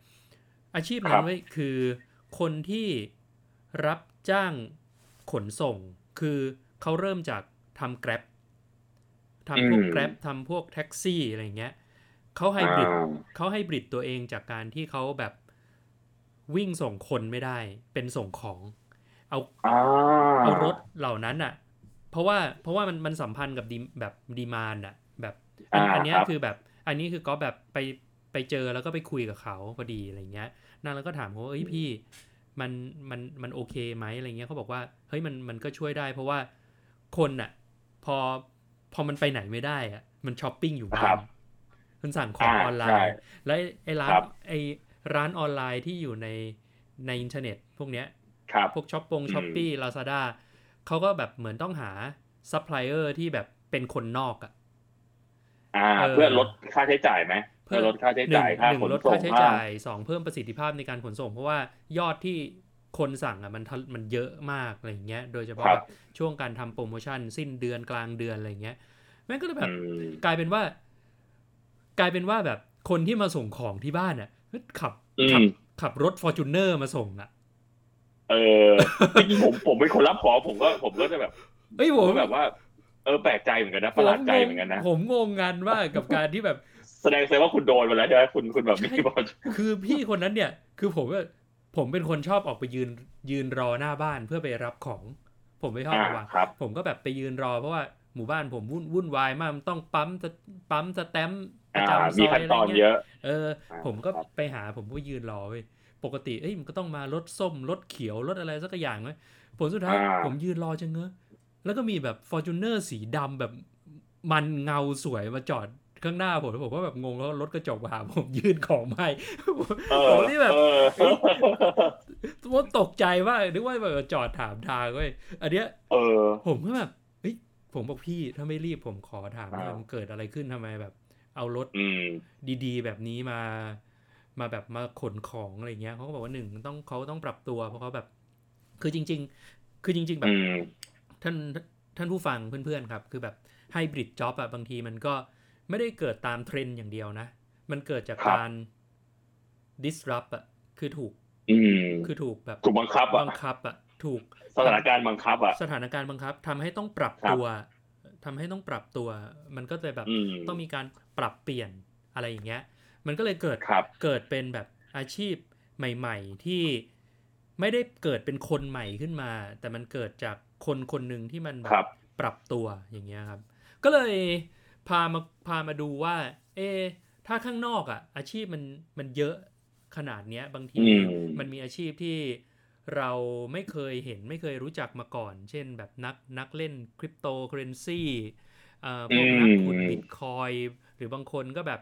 Speaker 3: อาชีพ
Speaker 4: ค
Speaker 3: นั้
Speaker 4: รั
Speaker 3: น
Speaker 4: บ
Speaker 3: เว้ยคือคนที่รับจ้างขนส่ง คือเขาเริ่มจากทำแกร็บทำพวกแกร็บทำพวกแท็กซี่อะไรอย่างเงี้ยเขาไฮบริด
Speaker 4: อ่า
Speaker 3: เขาให้บริดตัวเองจากการที่เขาแบบวิ่งส่งคนไม่ได้ เป็นส่งของ เอา
Speaker 4: อ่า
Speaker 3: เอารถเหล่านั้นอะเพราะว่าเพราะว่ามันมันสัมพันธ์กับดีแบบดีมานอะแบบอันอันเนี้ย
Speaker 4: ารับ
Speaker 3: คือแบบอันนี้คือก็แบบไปไปเจอแล้วก็ไปคุยกับเขาพอดีอะไรเงี้ยนั่นแล้วก็ถามเขาว่าเอ้ยพี่มันมันมันโอเคไหมอะไรเงี้ยเขาบอกว่าเฮ้ยมันมันก็ช่วยได้ เพราะว่าคนอะพอพอมันไปไหนไม่ได้อะมันช้อปปิ้งอยู่
Speaker 4: ค
Speaker 3: ้า
Speaker 4: รับบ
Speaker 3: นมันสั่งของออนไล
Speaker 4: ใช่
Speaker 3: น์ แล้วไอ้ไอ้ร้าน
Speaker 4: ครับ
Speaker 3: ไอ้ร้านออนไลน์ที่อยู่ในในอินเทอร์เน็ต พวกเนี้ย
Speaker 4: ครับ
Speaker 3: พวกช้อปปงช้อปปี้ลาซาด้าเขาก็แบบเหมือนต้องหาซัพพลายเออร์ที่แบบเป็นคนนอกอะ
Speaker 4: อ่า
Speaker 3: เออ
Speaker 4: เพื่อลดค่าใช้จ่ายไหม
Speaker 3: เพื่
Speaker 4: เพื่
Speaker 3: อ
Speaker 4: อลดค่าใช้
Speaker 3: หนึ่
Speaker 4: จ่าง ยค่า
Speaker 3: หนึ่
Speaker 4: ข
Speaker 3: ง
Speaker 4: น
Speaker 3: ลด
Speaker 4: ส่
Speaker 3: ค่าง ใช้
Speaker 4: ค่า
Speaker 3: จ่ายสองเพิ่มประสิทธิภาพในการขนส่ง เพราะว่ายอดที่คนสั่งอะมันทะมันเยอะมากอะไรอย่างเงี้ยโดยเฉพาะ
Speaker 4: ครับ
Speaker 3: แบบช่วงการทำโปรโมชั่น สิ้นเดือนกลางเดือนอะไรอย่างเงี้ยแม่งก็เลยแบบ
Speaker 4: อืม
Speaker 3: กลายเป็นว่า กลายเป็นว่าแบบคนที่มาส่งของที่บ้านอ่ะขับ
Speaker 4: อืม
Speaker 3: ขับขับรถฟอร์จูเนอร์มาส่งอ่ะ
Speaker 4: เออจริงๆผมผมเป็นคนรับของผมก็ผมก็จะแบบ
Speaker 3: เอ้ยผ
Speaker 4: ผม
Speaker 3: ม
Speaker 4: ก็แบบว่า เออแปลกใจเหมือนกันนะประหลาดใจเหมือนกันนะ
Speaker 3: ผมงงงานว่ากกับการที่แบบ
Speaker 4: แสดงแสดงว่าคุณโดนมาแล้วใช่ไหมคุณคุณแบบ
Speaker 3: ใช่
Speaker 4: มีบอล
Speaker 3: คือพี่คนนั้นเนี่ย คือผมว่าผมเป็นคนชอบออกไปยืนยืนรอหน้าบ้านเพื่อไปรับของ ผมไม่ชอบ
Speaker 4: อ่า
Speaker 3: ระวัง
Speaker 4: ครับ
Speaker 3: ผมก็แบบไปยืนรอเพราะว่าหมู่บ้านผมวุ่นวุ่นวายมากมันต้องปั๊มสปั๊มสแตมป์ประ
Speaker 4: อ่า
Speaker 3: จำซ
Speaker 4: มี
Speaker 3: อย
Speaker 4: ขั้น
Speaker 3: อะไร
Speaker 4: ตอนเย
Speaker 3: เงี้ย
Speaker 4: อะ
Speaker 3: เออ
Speaker 4: อ่า
Speaker 3: ผมก็
Speaker 4: ครับ
Speaker 3: ไปหาผมก็ยืนรอเว้ยปกติเอ้ยมันก็ต้องมารถส้มรถเขียวรถอะไรสักอย่างเว้ยผลสุดท้าย
Speaker 4: อ่า
Speaker 3: ผมยืนรอจังเงอะแล้วก็มีแบบฟอร์จูเนอร์สีดำแบบมันเงาสวยมาจอดข้างหน้าผมแล้วผมก็แบบงงแล้วรถกระจกมาหาผม ยืนของไม่
Speaker 4: เอ
Speaker 3: ผ
Speaker 4: อ
Speaker 3: มนี่แบบ
Speaker 4: เออ
Speaker 3: ผมตกใจว่ากนึกว่าแบบจอดถามทางเว้ยอันเนี้ย
Speaker 4: เออ
Speaker 3: ผมก็แบบเฮ้ยผมบอกพี่ถ้าไม่รีบผมขอถามหน่อย
Speaker 4: อ่ามั
Speaker 3: มันเกิดอะไรขึ้นทำไมแบบ เอารถ
Speaker 4: อืม
Speaker 3: ดีๆ แบบนี้มา มาแบบมาขนของอะไรเงี้ยเขาก็บอกว่าหนึ่งต้องเขาต้องปรับตัวเพราะเขาแบบ คือจริง ๆ คือจริง ๆ แบบ
Speaker 4: อืม
Speaker 3: ท่านท่านผู้ฟังเพื่อนๆครับ คือแบบไฮบริดจ็อบอะบางทีมันก็ไม่ได้เกิดตามเทรนด์อย่างเดียวนะ มันเกิดจาก
Speaker 4: ครับ
Speaker 3: การ disrupt อะคือถูก
Speaker 4: อืม
Speaker 3: คือถูกแบบ
Speaker 4: ถูกบังคับอ่ะ
Speaker 3: บังคับอะ ถูก
Speaker 4: สถานการณ์บังคับอ่ะ
Speaker 3: สถานการณ์บังคับทำให้ต้องปรับ
Speaker 4: ครับ
Speaker 3: ตัวทำให้ต้องปรับตัว มันก็จะแบบ
Speaker 4: อืม
Speaker 3: ต้องมีการปรับเปลี่ยนอะไรอย่างเงี้ย มันก็เลยเกิด
Speaker 4: ครับ
Speaker 3: เกิดเป็นแบบอาชีพใหม่ ๆ ที่ไม่ได้เกิดเป็นคนใหม่ขึ้นมา แต่มันเกิดจากคนคนหนึ่งที่มันแบ
Speaker 4: ครับ
Speaker 3: ปรับตัวอย่างเงี้ยครับ ก็เลยพามาพามาดูว่า เอะถ้าข้างนอกอ่ะ อาชีพมันมันเยอะขนาดเนี้ย บางที
Speaker 4: อืม
Speaker 3: มันมีอาชีพที่เราไม่เคยเห็นไม่เคยรู้จักมาก่อน เช่นแบบนักนักเล่นคริปโตเคอเรนซีเอ่อพวกนักขุด
Speaker 4: อืม
Speaker 3: บิตคอยน์หรือบางคนก็แบบ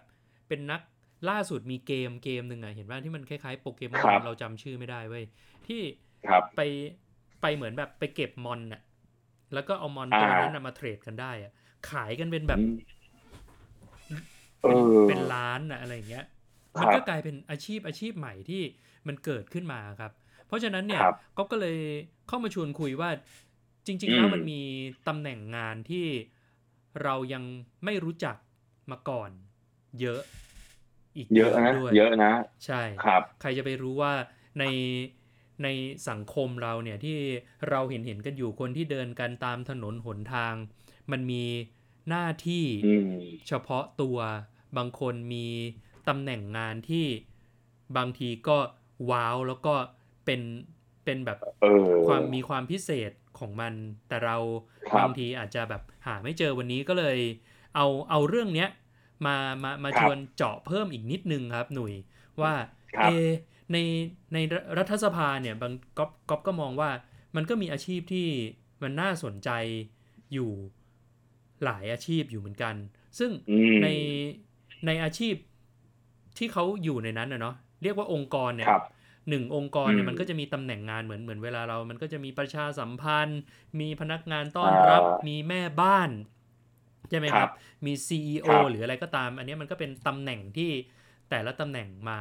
Speaker 3: เป็นนักล่าสุดมีเกมเกมหนึ่งอ่ะ เห็นว่าที่มันคล้ายๆโปเกมอนเราจำชื่อไม่ได้เว้ย ที่
Speaker 4: ครับ
Speaker 3: ไปไปเหมือนแบบไปเก็บมอนน่ะแล้วก็เอามอนตัว
Speaker 4: อ่า
Speaker 3: นั้นนะมาเทรดกันได้อ่ะขายกันเป็นแบบ
Speaker 4: เออ
Speaker 3: เป็นล้านนะอะไรอย่างเงี้ย
Speaker 4: ครับ
Speaker 3: มันก็กลายเป็นอาชีพอาชีพใหม่ที่มันเกิดขึ้นมาครับ เพราะฉะนั้นเนี่ย
Speaker 4: ครับ
Speaker 3: ก็ก็เลยเข้ามาชวนคุยว่าจริง
Speaker 4: อื
Speaker 3: ๆ
Speaker 4: ม
Speaker 3: แล้วมันมีตำแหน่งงานที่เรายังไม่รู้จักมาก่อน เยอะ อีก
Speaker 4: เยอะนะ
Speaker 3: ด้วย
Speaker 4: เยอะนะ
Speaker 3: ใช่
Speaker 4: ครับ
Speaker 3: ใครจะไปรู้ว่าในในสังคมเราเนี่ยที่เราเห็นเห็นกันอยู่คนที่เดินกันตามถนนหนทาง มันมีหน้าที่
Speaker 4: อืม
Speaker 3: เฉพาะตัวบางคนมีตำแหน่งงานที่บางทีก็ว้าวแล้วก็เป็นเป็นแบบ
Speaker 4: เออ
Speaker 3: ความมีความพิเศษของมัน แต่เรา
Speaker 4: ครับ
Speaker 3: บางทีอาจจะแบบหาไม่เจอวันนี้ก็เลย เอาเอาเรื่องเนี้ยมามามาชวนเจาะเพิ่มอีกนิดนึงครับหนุ่ยว่า
Speaker 4: ครั
Speaker 3: เอบ ในในรัฐสภาเนี่ยบางก๊อฟก๊อฟก็มองว่ามันก็มีอาชีพที่มันน่าสนใจอยู่หลายอาชีพอยู่เหมือนกัน ซึ่ง
Speaker 4: อืม
Speaker 3: ในในอาชีพที่เขาอยู่ในนั้นนะเนาะเรียกว่าองค์กรเนี่ย
Speaker 4: ครับ
Speaker 3: หนึ่งองค์กรเนี่ย
Speaker 4: อืม
Speaker 3: มันก็จะมีตำแหน่งงานเหมือนเหมือนเวลาเรา มันก็จะมีประชาสัมพันธ์ มีพนักงานต้อนรับ
Speaker 4: อ่ามี
Speaker 3: มีแม่บ้าน ใช่ไหมค
Speaker 4: ครั
Speaker 3: รั
Speaker 4: บบ
Speaker 3: มี CEO
Speaker 4: ครับ
Speaker 3: หรืออะไรก็ตาม อันเนี้ยมันก็เป็นตำแหน่งที่แต่ละตำแหน่งมา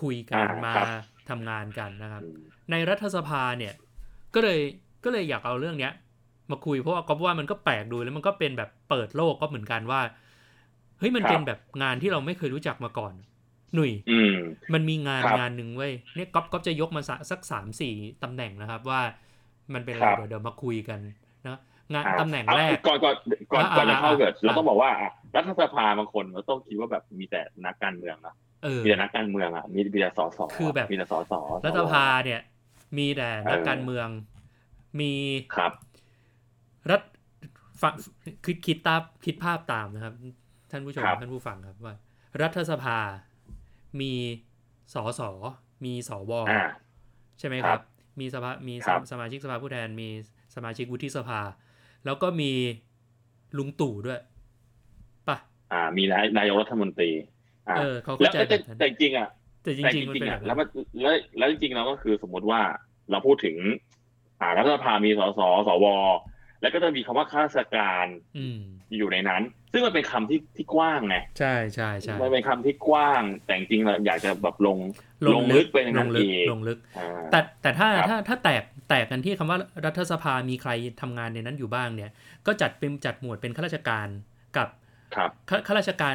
Speaker 3: คุยกัน
Speaker 4: อ่า
Speaker 3: มา
Speaker 4: ครับ
Speaker 3: ทำงานกันนะครับ ในรัฐสภาเนี่ยก็เลยก็เลยอยากเอาเรื่องเนี้ย มาคุยเพราะว่าก็ว่ามันก็แปลกดูแล้วมันก็เป็นแบบเปิดโลกก็เหมือนกันว่าเฮ้ยมัน
Speaker 4: ครับ
Speaker 3: เป็นแบบงานที่เราไม่เคยรู้จักมาก่อน หนุ่ย
Speaker 4: อืม
Speaker 3: มันมีงาน
Speaker 4: ครับ
Speaker 3: งานหนึ่งเว้ยเนี่ยก๊อฟก๊อฟจะยกมาสักสักสามสี่ตำแหน่งนะครับว่ามันเป็นอะไร
Speaker 4: ครับ
Speaker 3: เดี๋ยวเดี๋ยวมาคุยกันนะงาน
Speaker 4: อ่ะ
Speaker 3: ตำแหน่ง
Speaker 4: อ่ะ
Speaker 3: แรก
Speaker 4: ก่อนก่อนก่อน
Speaker 3: อ่ะ
Speaker 4: ก่อนจะ
Speaker 3: อ่ะ
Speaker 4: เข้า
Speaker 3: อ่ะ
Speaker 4: เกิด เรา
Speaker 3: อ่ะ
Speaker 4: ต้องบอกว่าอ่ะรัฐสภาบางคนเราต้องคิดว่าแบบมีแต่นักการเมืองนะ
Speaker 3: เออ
Speaker 4: มีแต่นักการเมืองอ่ะมีมีแต่สส
Speaker 3: คือแบบ
Speaker 4: มีแต่สส
Speaker 3: รัฐสภาเนี่ย มีแต่นักการเมืองมี
Speaker 4: ครับ
Speaker 3: รัฐฟังคิดคิดตามคิดภาพตามนะครับ ท่านผู้ชม
Speaker 4: ครับ
Speaker 3: ท่านผู้ฟังครับว่า รัฐสภามีสสมีสว
Speaker 4: อ่า
Speaker 3: ใช่ไหม
Speaker 4: ค
Speaker 3: ค
Speaker 4: รั
Speaker 3: รั
Speaker 4: บบ
Speaker 3: มีสภา มี
Speaker 4: ครับ
Speaker 3: สมาชิกสภาผู้แทน มีสมาชิกวุฒิสภา แล้วก็มีลุงตู่ด้วยปะ
Speaker 4: อ่า มีนายนายกรัฐมนตรี อ่า
Speaker 3: เออ เขา
Speaker 4: แล้
Speaker 3: เข้าว ใจ
Speaker 4: แต่
Speaker 3: แบบนั้น
Speaker 4: แต่จริงๆอ่ะ
Speaker 3: แต่จ
Speaker 4: แต่จ
Speaker 3: ริงๆ มัน
Speaker 4: ริง
Speaker 3: เป็น
Speaker 4: ๆ
Speaker 3: แบ
Speaker 4: อ่ะ
Speaker 3: บ
Speaker 4: แล้
Speaker 3: นั้
Speaker 4: วน มันแล้วแล้วจริงๆเราก็คือสมมติว่าเราพูดถึง อ่ารัฐสภามีสสสว แล้วก็จะมีคำว่าข้าราชการ
Speaker 3: อืม
Speaker 4: อยู่ในนั้น ซึ่งมันเป็นคำที่ที่กว้างไง
Speaker 3: ใช่ใช่ใช่
Speaker 4: มันเป็นคำที่กว้าง แต่จริงๆเราอยากจะแบบลงลึกไปใน
Speaker 3: ล
Speaker 4: นั้น
Speaker 3: งลึก
Speaker 4: อีก
Speaker 3: ลงลึก
Speaker 4: อ่า
Speaker 3: แต่แต่ถ้า
Speaker 4: ครับ
Speaker 3: ถ้าถ้าแตกแตกกันที่คำว่ารัฐสภามีใครทำงานในนั้นอยู่บ้างเนี่ย ก็จัดเป็นจัดหมวดเป็นข้าราชการกับ
Speaker 4: ครับ
Speaker 3: ข้าข้าราชการ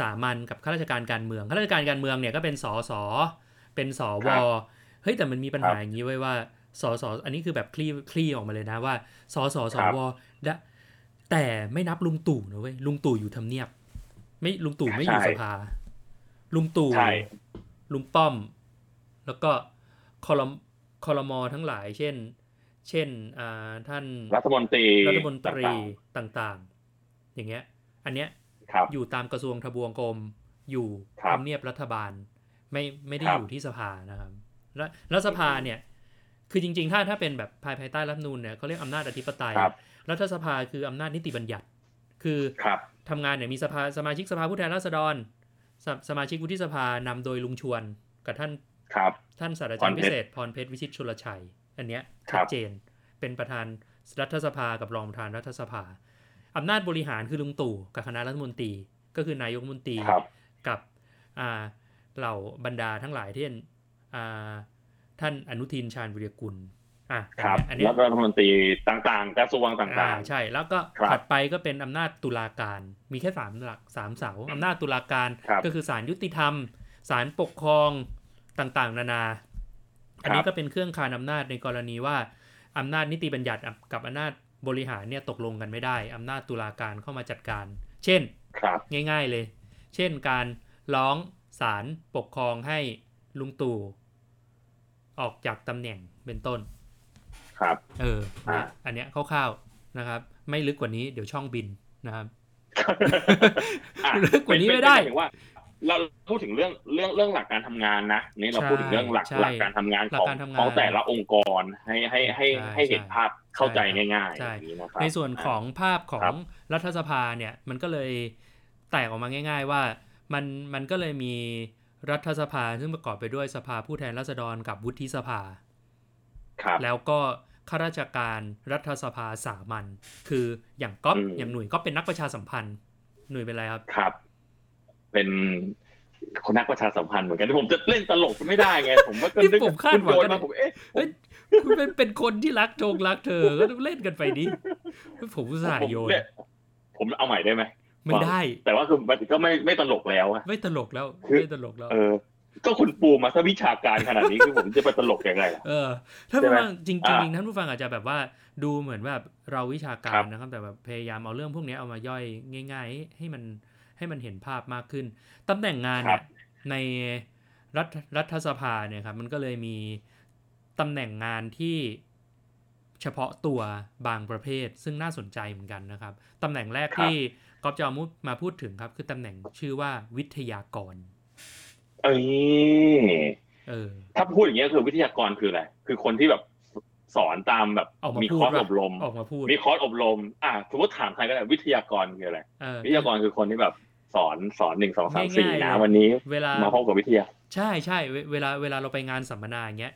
Speaker 3: สามัญกับข้าราชการการเมืองข้าราชการการเมืองเนี่ยก็เป็นสสเป็นสวเฮ้ยแต่มันมีปัญหาอย่างนี้ไว้ยว่าสสอันนี้คือแบบคลี่คลี่ออกมาเลยนะว่าสสสวและแต่ไม่นับลุงตู่นะเว้ยลุงตู่อยู่ทำเนียบ ไม่ลุงตู่ไม่อยู่
Speaker 4: ใช่
Speaker 3: สภา ลุงตู่
Speaker 4: ใช่
Speaker 3: ลุงป้อม แล้วก็คอรมคอรมอทั้งหลาย เช่น เช่นอ่าท่าน
Speaker 4: รัฐมนตรี
Speaker 3: รัฐมนตรี
Speaker 4: าง
Speaker 3: ต่างๆ อย่างเงี้ย อันเนี้ย
Speaker 4: ๆครับ
Speaker 3: อยู่ตามกระทรวงทบวงกรมอยู่
Speaker 4: ครับ
Speaker 3: ทำเนียบรัฐบาล ไม่ไม่ได้
Speaker 4: ครับ
Speaker 3: อยู่ที่สภานะครับแล้วแล้วสภาเนี่ย คือจริง ๆ ถ้าถ้าเป็นแบบภายภายใต้รัฐธรรมนูนเนี่ยเขาเรียกอำนาจอธิปไตย
Speaker 4: ครับ
Speaker 3: รัฐสภาคืออำนาจนิติบัญญัติ คือ
Speaker 4: ครับ
Speaker 3: ทำงานเนี่ยมีสภาสมาชิกสภาผู้แทนราษฎรสสมาชิกวุฒิสภานำโดยลุงชวนกับท่าน
Speaker 4: ครับ
Speaker 3: ท่านศาสตราจารย์
Speaker 4: พรเพ
Speaker 3: พิ
Speaker 4: ชร
Speaker 3: เศษพรเพชรวิชิตชลชัย อันเนี้ย
Speaker 4: ค
Speaker 3: ชั
Speaker 4: รับ
Speaker 3: ดเจนเป็นประธานรัฐสภากับรองประธานรัฐสภาอำนาจบริหารคือลุงตู่กับคณะรัฐมนตรี ก็คือนายกรัฐมนตรี
Speaker 4: ครับ
Speaker 3: กับอ่าเหล่าบรรดาทั้งหลายเช่นอ่าท่านอนุทินชาญวิรกุลอ่ะ
Speaker 4: ครับ
Speaker 3: อันเนี้ย
Speaker 4: แล้วรัฐมนตรีต่างๆกระทรวงต่าง
Speaker 3: อ่ใช่แล้วก็
Speaker 4: ครับ
Speaker 3: ถัดไปก็เป็นอำนาจตุลาการมีแค่สามหลักสามเสาอำนาจตุลาการ
Speaker 4: ครับ
Speaker 3: ก็คือศาลยุติธรรมศาลปกครองต่างๆ นานา อันนี้ก็เป็นเครื่องคานอำนาจในกรณีว่าอำนาจนิติบัญญัติกับอำนาจบริหารเนี่ยตกลงกันไม่ได้อำนาจตุลาการเข้ามาจัดการ เช่น
Speaker 4: ครับ
Speaker 3: ง่ายๆเลย เช่นการร้องศาลปกครองให้ลุงตู่ออกจากตำแหน่งเป็นต้น
Speaker 4: ครับ
Speaker 3: เออ
Speaker 4: อ่า
Speaker 3: นะอันเนี้ยคร่าวๆนะครับ ไม่ลึกกว่านี้เดี๋ยวช่องบินนะครับ
Speaker 4: อ่ะ
Speaker 3: ลึกกว่านี้ไม่
Speaker 4: เป็
Speaker 3: ได้
Speaker 4: ปหายถึงว่า เราพูดถึงเรื่องเรื่องเรื่องหลักการทำงานนะนี่เรา
Speaker 3: ใช่
Speaker 4: พูดถึงเรื่องหลัก
Speaker 3: ใช่
Speaker 4: หลักการทำงาน
Speaker 3: หลั
Speaker 4: ขอก ง
Speaker 3: การทำงาน
Speaker 4: ของแต่ละองค์กรให้ให้ให้
Speaker 3: ใช่
Speaker 4: ให้เห็น
Speaker 3: ใช่
Speaker 4: ภาพเข้าใจ
Speaker 3: ใช่ครับ
Speaker 4: ง่ายๆ
Speaker 3: ใช่
Speaker 4: อย่างนี้นะครับ
Speaker 3: ในส่วนของภาพขอ
Speaker 4: ครั
Speaker 3: ง
Speaker 4: บ
Speaker 3: รัฐสภาเนี่ยมันก็เลยแตกออกมาง่าย ๆ ว่ามันมันก็เลยมีรัฐสภาซึ่งประกอบไปด้วยสภาผู้แทนราษฎรกับวุฒิสภา
Speaker 4: ครับ
Speaker 3: แล้วก็ข้าราชการรัฐสภาสามัญคืออย่างก๊อฟ
Speaker 4: อืม
Speaker 3: อย่างหนุ่ยก็เป็นนักประชาสัมพันธ์หนุ่ยเป็นอะไรครับ
Speaker 4: ครับ เป็นคนนักประชาสัมพันธ์เหมือนกันแต่ผมจะเล่นตลกไม่ได้ไง ผมว่าก็
Speaker 3: นี่
Speaker 4: นึก
Speaker 3: ผมคาดหวัง
Speaker 4: คุณโย
Speaker 3: กัน น
Speaker 4: มาผมเอ๊ะ
Speaker 3: เอ้ยคุณเป็นเป็นคนที่รักจงรักเธอก็เล่นกันไปดิผมอุตส่าห์โยน
Speaker 4: ผมเผมเอาใหม่ได้ไหม
Speaker 3: ไม่ได้
Speaker 4: แต่ว่าคือมันก็ไม่ไม่ตลกแล้วอะ
Speaker 3: ไม่ตลกแล้ว
Speaker 4: คือ
Speaker 3: ไม่ตลกแล้ว
Speaker 4: เออ ก็คุณปูมาซะวิชาการขนาดนี้ คือผมจะไปตลกยังไงล่ะ
Speaker 3: เออท่านผู้ฟังจริงๆ
Speaker 4: อ่า
Speaker 3: จริงๆท่านผู้ฟังอาจจะแบบว่าดูเหมือนแบบเราวิชาการนะครับ แต่แบบพยายามเอาเรื่องพวกนี้เอามาย่อยง่าย ๆ ให้มันให้มันเห็นภาพมากขึ้นตำแหน่งงาน
Speaker 4: ครั
Speaker 3: เนี่ย
Speaker 4: บ
Speaker 3: ในรัฐรัฐสภาเนี่ยครับมันก็เลยมีตำแหน่งงานที่เฉพาะตัวบางประเภท ซึ่งน่าสนใจเหมือนกันนะครับตำแหน่งแรกที่ก๊อฟจะเอามุดมาพูดถึงครับ คือตำแหน่งชื่อว่าวิทยากร
Speaker 4: เอ้ย
Speaker 3: เออ
Speaker 4: ถ้าพูดอย่างเงี้ยคือวิทยากรคืออะไร คือคนที่แบบสอนตามแบบ
Speaker 3: ออกมา
Speaker 4: มี
Speaker 3: พู
Speaker 4: ค
Speaker 3: ด
Speaker 4: อร์ส
Speaker 3: ว่า
Speaker 4: อบรม
Speaker 3: ออกมาพูด
Speaker 4: มีคอร์สอบรม อ่ะสมมติถามใครก็ได้วิทยากรคืออะไร
Speaker 3: เออ
Speaker 4: วิทยากรคือคนที่แบบสอนสอนหนึ่งสองสามสี่
Speaker 3: ง่ายๆ
Speaker 4: นะ
Speaker 3: เลย
Speaker 4: วันนี้
Speaker 3: เวลา
Speaker 4: มาพบกับวิทยา
Speaker 3: ใช่ใช่เวเวลาเวลาเราไปงานสัมมนาอย่างเงี้ย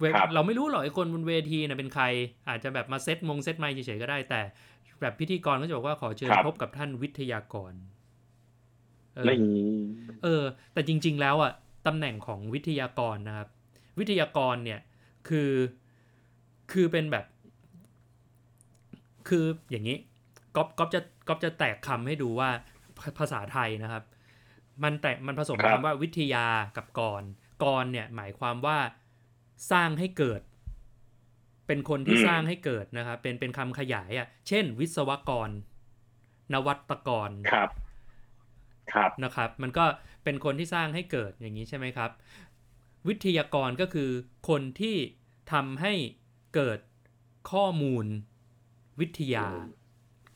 Speaker 3: เว
Speaker 4: ครับ
Speaker 3: เราไม่รู้หรอกไอ้คนบนเวทีนะเป็นใคร อาจจะแบบมาเซตมงเซตไมค์เฉยๆก็ได้ แต่แบบพิธีกรก็จะบอกว่าขอเชิญ
Speaker 4: ครับ
Speaker 3: พบกับท่านวิทยากรเออ
Speaker 4: นี่
Speaker 3: เออ แต่จริง ๆ แล้วอ่ะตำแหน่งของวิทยากรนะครับ วิทยากรเนี่ยคือคือเป็นแบบ คืออย่างนี้ก๊อฟก๊อฟจะก๊อฟจะแตกคำให้ดูว่าภาภาษาไทยนะครับ มันแตกมันผสม
Speaker 4: ครับ
Speaker 3: คำว่าวิทยากับกรกรเนี่ยหมายความว่าสร้างให้เกิด เป็นคนที่สร้างให้เกิดนะครับ เป็นเป็นคำขยายอะ่ะ เช่น วิศวกร นวัตกร
Speaker 4: ครับ ครับ
Speaker 3: นะครับมันก็เป็นคนที่สร้างให้เกิดอย่างนี้ใช่ไหมครับ วิทยากรก็คือคนที่ทำให้เกิดข้อมูลวิทยา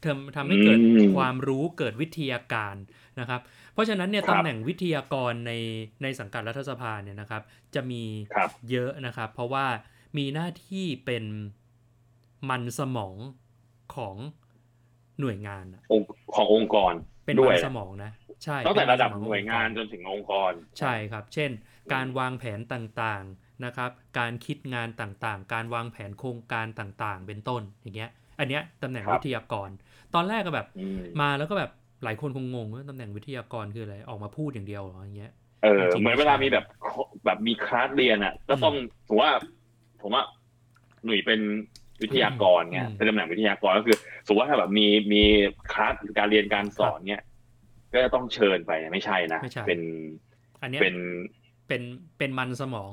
Speaker 3: ทำทำให้เกิด
Speaker 4: อืม
Speaker 3: ความรู้เกิดวิทยาการนะครับ เพราะฉะนั้นเนี่ย
Speaker 4: ครับ
Speaker 3: ตำแหน่งวิทยากรในในสังกัดรัฐสภาเนี่ยนะครับ จะมี
Speaker 4: ครับ
Speaker 3: เยอะนะครับ เพราะว่ามีหน้าที่เป็นมันสมองของหน่วยงานอะ
Speaker 4: องค์ขององค์กร
Speaker 3: เป็น
Speaker 4: ด้
Speaker 3: มั
Speaker 4: วย
Speaker 3: นสมองนะใช่
Speaker 4: ตั้งแต่
Speaker 3: เป็มั
Speaker 4: ระดับ
Speaker 3: สมอข
Speaker 4: ห
Speaker 3: อ
Speaker 4: น่วยงาน
Speaker 3: อค์กร
Speaker 4: จนถึงองค์กร
Speaker 3: ใช่ครับ เช่น การวางแผนต่างๆ นะครับ การคิดงานต่างๆ การวางแผนโครงการต่างๆ เป็นต้น อย่างเงี้ย อันเนี้ยตำแหน่ง
Speaker 4: ครับ
Speaker 3: วิทยากร ตอนแรกก็แบบ
Speaker 4: อืม
Speaker 3: มาแล้วก็แบบหลายคนคงงงว่าตำแหน่งวิทยากรคืออะไร ออกมาพูดอย่างเดียวเหรออย่างเงี้ย
Speaker 4: เออ
Speaker 3: จริงๆ
Speaker 4: เหมือนเวลามีแบบแบบมีคลาสเรียนอ่ะ ก็ต้องผมว่า ผมว่า หนุ่ยเป็นวิทยากรไง
Speaker 3: อืม
Speaker 4: เป็นตำแหน่งวิทยากรก็คือสมมติว่าถ้าแบบมีมีคลาสการเรียนการสอนเนี่ย ก็จะต้องเชิญไปไม่ใช่นะ
Speaker 3: ไม่ใช่
Speaker 4: เป็น
Speaker 3: อันเนี้ย
Speaker 4: เป็น
Speaker 3: เป็นเป็นมันสมอง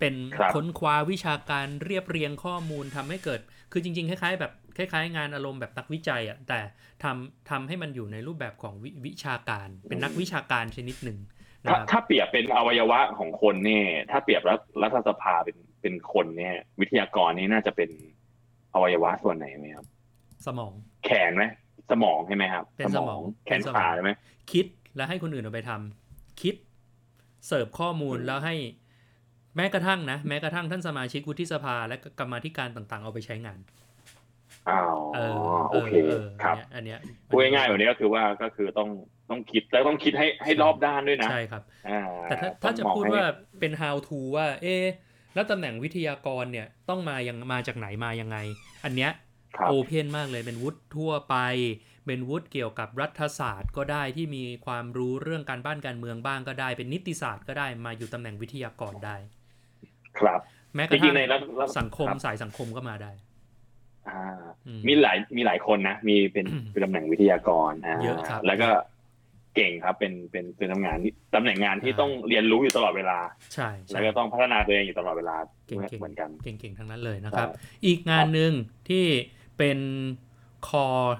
Speaker 3: เป็น
Speaker 4: ครับ
Speaker 3: ค้นคว้าวิชาการเรียบเรียงข้อมูลทำให้เกิด คือจริงๆคล้ายๆ แบบคล้ายๆ งานอารมณ์แบบนักวิจัยอ่ะแต่ทำทำให้มันอยู่ในรูปแบบของวิวิชาการ เป็นนักวิชาการชนิดหนึ่งนะ
Speaker 4: ถ้า
Speaker 3: ครับ
Speaker 4: ถ้าเปรียบเป็นอวัยวะของคนเนี่ย ถ้าเปรียบรัฐรัฐสภาเป็นเป็นคนเนี่ย วิทยากรนี่น่าจะเป็นอวัยวะส่วนไหนไหมครับ
Speaker 3: สมอง
Speaker 4: แขนไหมสมองใช่ไหมครับ
Speaker 3: เป็นสมอง
Speaker 4: แข
Speaker 3: เป็น
Speaker 4: น
Speaker 3: สมอง
Speaker 4: ขาใช่ไหม
Speaker 3: คิดแล้วให้คนอื่นเอาไปทำคิดเสิร์ฟข้อมูลแล้วให้แม้กระทั่งนะ แม้กระทั่งท่านสมาชิกวุฒิสภาและกรรมาธิการต่างๆ เอาไปใช้งาน
Speaker 4: อ๋อ
Speaker 3: เออ
Speaker 4: โอเค
Speaker 3: เออ
Speaker 4: ครับ
Speaker 3: อันเนี้ย
Speaker 4: พูดง่ายๆแบบนี้ก็คือว่าก็คือต้องต้องคิดแล้วต้องคิดให้ให้รอบด้านด้วยนะ
Speaker 3: ใช่ครับ
Speaker 4: อ่า
Speaker 3: แต่ถ้าถ้าจะพูดว่าเป็น how to ว่า เอ๊ะแล้วตำแหน่งวิทยากรเนี่ยต้องมายังมาจากไหนมายังไง อันเนี้ย
Speaker 4: ครับ
Speaker 3: โอเพนมากเลยเป็นวุฒิทั่วไป เป็นวุฒิเกี่ยวกับรัฐศาสตร์ก็ได้ที่มีความรู้เรื่องการบ้านการเมืองบ้างก็ได้ เป็นนิติศาสตร์ก็ได้มาอยู่ตำแหน่งวิทยากรได้
Speaker 4: ครับ
Speaker 3: แม้กระ
Speaker 4: จริ
Speaker 3: ทั่ง
Speaker 4: งๆในรัฐรัฐ
Speaker 3: สังคม
Speaker 4: ครับ
Speaker 3: สายสังคมก็มาได้
Speaker 4: อ่า
Speaker 3: อื
Speaker 4: มีหลายมีหลายคนนะ มีเป็น
Speaker 3: อืม
Speaker 4: เป็นตำแหน่งวิทยากรอ่า
Speaker 3: เยอะครับ
Speaker 4: แล้วก็ เก่งครับ เป็นเป็นเป็นทำงานที่ตำแหน่งงานที่ต้องเรียนรู้อยู่ตลอดเวลา
Speaker 3: ใช่ใช่
Speaker 4: แล้วก็ต้องพัฒนาตัวเองอยู่ตลอดเวลา
Speaker 3: เก่งๆ
Speaker 4: เหมือนกัน
Speaker 3: เก่งๆ ทั้งนั้นเลยนะครับ
Speaker 4: ใช่
Speaker 3: อีกงานหนึ่งที่เป็น core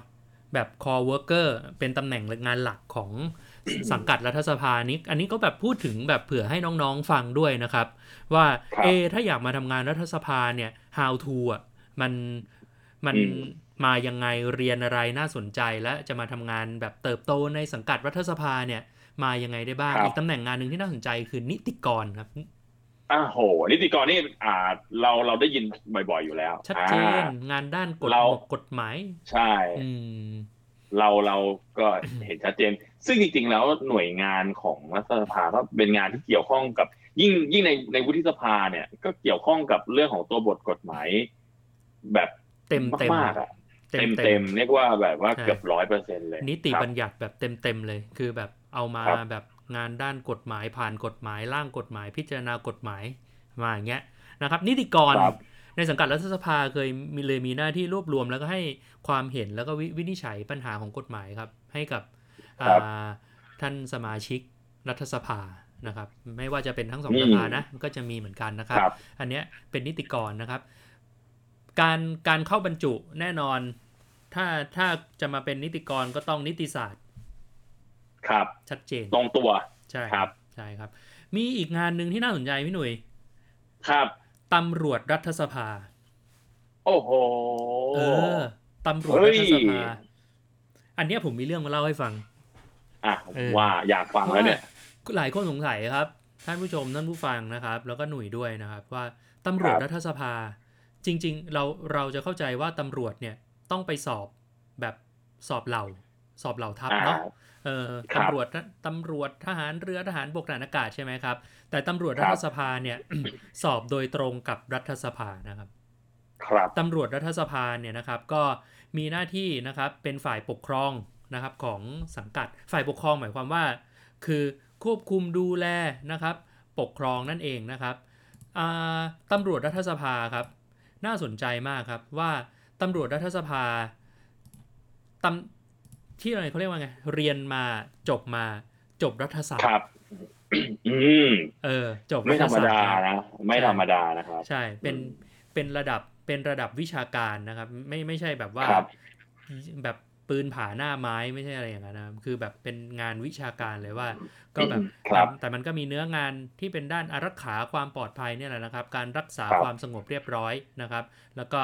Speaker 3: แบบ core worker เป็นตำแหน่งงานหลัก ของ สังกัดรัฐสภานี้ อันนี้ก็แบบพูดถึงแบบเผื่อให้น้องๆฟังด้วยนะครับ ว่า
Speaker 4: ครับ
Speaker 3: เอะถ้าอยากมาทำงานรัฐสภาเนี่ย how to อ่ะมันมัน
Speaker 4: อืม
Speaker 3: มายังไงเรียนอะไรน่าสนใจและจะมาทำงานแบบเติบโตในสังกัดรัฐสภาเนี่ย มายังไงได้บ้างอีกตำแหน่งงานหนึ่งที่น่าสนใจคือนิติกรครับ
Speaker 4: อ้าโห นิติกรนี่อ่าเราเราได้ยินบ่อย ๆอยู่แล้ว
Speaker 3: ชัดเจน
Speaker 4: อ่า
Speaker 3: งานด้านกฎ
Speaker 4: เรา
Speaker 3: หมกฎหมาย
Speaker 4: ใช่
Speaker 3: อืม
Speaker 4: เราเราก็เห็นชัดเจน ซึ่งจริงๆ แล้วหน่วยงานของรัฐสภาก็เป็นงานที่เกี่ยวข้องกับ ยิ่งยิ่งในในวุฒิสภาเนี่ย ก็เกี่ยวข้องกับเรื่องของตัวบทกฎหมาย แบบ
Speaker 3: เต็มเต็ม
Speaker 4: มากๆอะ
Speaker 3: เต็
Speaker 4: เต็
Speaker 3: ม
Speaker 4: ม
Speaker 3: เต็
Speaker 4: เต็
Speaker 3: ม
Speaker 4: มเรียกว่าแบบว่า
Speaker 3: ใช่
Speaker 4: เกือบร้อยเปอร์เซ็นเลย
Speaker 3: นิติ
Speaker 4: ครับ
Speaker 3: บัญญัติแบบเต็มเต็มๆเลย คือแบบเอามา
Speaker 4: ครับ
Speaker 3: แบบงานด้านกฎหมายผ่านกฎหมายร่างกฎหมายพิจารณากฎหมายมาอย่างเงี้ยนะครับ นิติกร
Speaker 4: ครับ
Speaker 3: ในสังกัดรัฐสภาเคยมีเลยมีหน้าที่รวบรวมแล้วก็ให้ความเห็นแล้วก็วิวินิจฉัยปัญหาของกฎหมายครับ ให้กับ
Speaker 4: ครับ
Speaker 3: อ่าท่านสมาชิกรัฐสภานะครับ ไม่ว่าจะเป็นทั้งสองสภานะก็จะมีเหมือนกันนะครับ
Speaker 4: ครับ
Speaker 3: อันเนี้ยเป็นนิติกรนะครับ การการเข้าบรรจุแน่นอน ถ้าถ้าจะมาเป็นนิติกรก็ต้องนิติศาสตร์
Speaker 4: ครับ
Speaker 3: ชัดเจน
Speaker 4: ตรงตัว
Speaker 3: ใช่
Speaker 4: ครับ
Speaker 3: ใช่ครับ มีอีกงานหนึ่งที่น่าสนใจพี่หนุ่ย
Speaker 4: ครับ
Speaker 3: ตำรวจรัฐสภา
Speaker 4: โอ้โห
Speaker 3: เออตำรวจ
Speaker 4: เฮ้
Speaker 3: รั
Speaker 4: ย
Speaker 3: ฐสภา อันเนี้ยผมมีเรื่องมาเล่าให้ฟัง
Speaker 4: อ่ะ
Speaker 3: เออ
Speaker 4: ว่าอยากฟังแล้วเนี่ย
Speaker 3: พราะว่าหลายคนสงสัยครับ ท่านผู้ชมท่านผู้ฟังนะครับ แล้วก็หนุ่ยด้วยนะครับ ว่าตำรวจ
Speaker 4: ครับ
Speaker 3: รัฐสภา จริง ๆ เราเราจะเข้าใจว่าตำรวจเนี่ยต้องไปสอบแบบสอบเหล่า สอบเหล่าทัพ
Speaker 4: อ่า
Speaker 3: เนาะเออ
Speaker 4: ครับ
Speaker 3: ตำรวจตำรวจทหารเรือทหารบกทหารอากาศใช่ไหมครับ แต่ตำรวจ
Speaker 4: ครั
Speaker 3: รับ ฐสภาเนี่ย สอบโดยตรงกับรัฐสภานะครับ
Speaker 4: ครับ
Speaker 3: ตำรวจรัฐสภาเนี่ยนะครับก็มีหน้าที่นะครับเป็นฝ่ายปกครองนะครับของสังกัดฝ่ายปกครองหมายความว่า คือควบคุมดูแลนะครับ ปกครองนั่นเองนะครับอ่าตำรวจรัฐสภาครับน่าสนใจมากครับว่าตำรวจรัฐสภาตำที่อะไรเขาเรียกว่าไงเรียนมาจบมาจบรัฐศาสต
Speaker 4: ค
Speaker 3: ร์
Speaker 4: รับ อืม
Speaker 3: เออจบ
Speaker 4: ไม่ธรรม
Speaker 3: ฐศ
Speaker 4: ดา
Speaker 3: สต
Speaker 4: นะ ไม่ธรรมดานะครับ
Speaker 3: ใช่ เป็น
Speaker 4: อืม
Speaker 3: เป็นระดับ เป็นระดับวิชาการนะครับ ไม่ ไม่ใช่แบบว่า
Speaker 4: ครับ
Speaker 3: แบบปืนผาหน้าไม้ไม่ใช่อะไรอย่างนั้นนะครับคือแบบเป็นงานวิชาการเลยว่า ก็แบบ
Speaker 4: ครับ
Speaker 3: แต่แต่มันก็มีเนื้องานที่เป็นด้านอารักขาความปลอดภัยเนี่ยแหละนะครับ การรักษา
Speaker 4: ครับ
Speaker 3: ความสงบเรียบร้อยนะครับ แล้วก็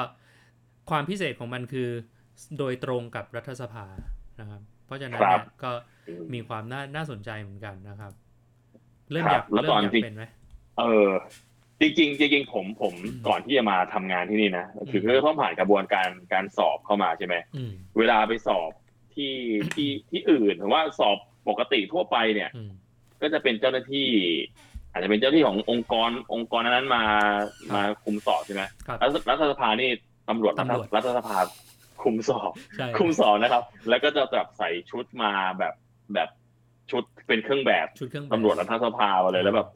Speaker 3: ความพิเศษของมันคือ โดยตรงกับรัฐสภานะครับ เพราะฉะนั้น
Speaker 4: ครั
Speaker 3: เนี่
Speaker 4: บ
Speaker 3: ยก็มีความน่า น่าสนใจเหมือนกันนะครับ เริ่มอยาก
Speaker 4: ครับแล้ว
Speaker 3: เริ่ม
Speaker 4: ตอน
Speaker 3: อยาก
Speaker 4: จริง
Speaker 3: เป็นไหม
Speaker 4: เออจริงๆจริงๆผมผมก่อนที่จะมาทำงานที่นี่นะคือ
Speaker 3: อืม
Speaker 4: ก็ต้องผ่านกระบวนการการสอบเข้ามาใช่ไหม
Speaker 3: อืม
Speaker 4: เวลาไปสอบที่ที่ที่อื่นหรือว่าสอบปกติทั่วไปเนี่ย
Speaker 3: อืม
Speaker 4: ก็จะเป็นเจ้าหน้าที่ อาจจะเป็นเจ้าหน้าที่ขององค์กรองค์กรนั้นๆมา
Speaker 3: ครับ
Speaker 4: มาคุมสอบใช่ไหม
Speaker 3: ครับ
Speaker 4: รัฐรัฐสภานี่ตำรวจ
Speaker 3: ตำรวจ
Speaker 4: รัฐสภาคุมสอบ
Speaker 3: ใช่
Speaker 4: คุมสอบนะครับ แล้วก็จะแบบใส่ชุดมาแบบแบบชุดเป็นเครื่องแบบ
Speaker 3: ชุดเครื่องแบบ
Speaker 4: ตำรวจรัฐสภามาเลยแล้วแบบ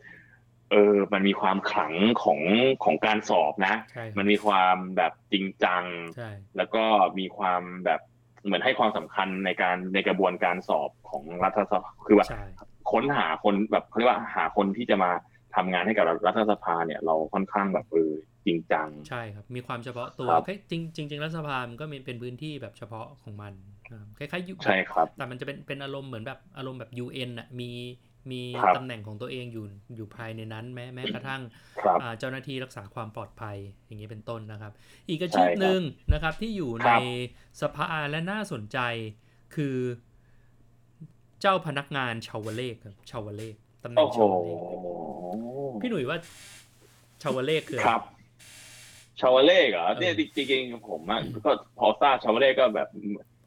Speaker 4: เออ มันมีความขลังของของการสอบนะ
Speaker 3: ใช่ครับ
Speaker 4: มันมีความแบบจริงจัง
Speaker 3: ใช่
Speaker 4: แล้วก็มีความแบบเหมือนให้ความสำคัญในการในกระบวนการสอบของรัฐสภาคือว่า
Speaker 3: ใช่
Speaker 4: ค้นหาคนแบบเขาเรียกว่าหาคนที่จะมาทำงานให้กับรัฐสภาเนี่ย เราค่อนข้างแบบเออจริงจัง
Speaker 3: ใช่ครับ มีความเฉพาะตัว
Speaker 4: ครับ
Speaker 3: คล้ายจริงจริงจริงรัฐสภามันก็มีเป็นพื้นที่แบบเฉพาะของมันนะครับคล้ายๆยุ
Speaker 4: ใช่ครับ
Speaker 3: แต่มันจะเป็นเป็นอารมณ์เหมือนแบบอารมณ์แบบ UN น่ะมีมี
Speaker 4: ครับ
Speaker 3: ตำแหน่งของตัวเองอยู่อยู่ภายในนั้นแม้แม้กระทั่ง
Speaker 4: ครับ
Speaker 3: อ่าเจ้าหน้าที่รักษาความปลอดภัยอย่างนี้เป็นต้นนะครับ อีกอาชีพหนึ่งนะครับที่อยู่
Speaker 4: ค
Speaker 3: ใน
Speaker 4: รับ
Speaker 3: สภาและน่าสนใจคือเจ้าพนักงานชาวเลขครับชาวเลขตำแหน่
Speaker 4: โอ้
Speaker 3: ง
Speaker 4: โห
Speaker 3: ชาวเลขพี่หนุ่ยว่าชาวเลขคืออะ
Speaker 4: ค
Speaker 3: ไร
Speaker 4: รับ ชาวเล่เหรอ
Speaker 3: เออ
Speaker 4: เนี่ยจริงๆผมอะก็พอทราบชาวเล่ก็แบบ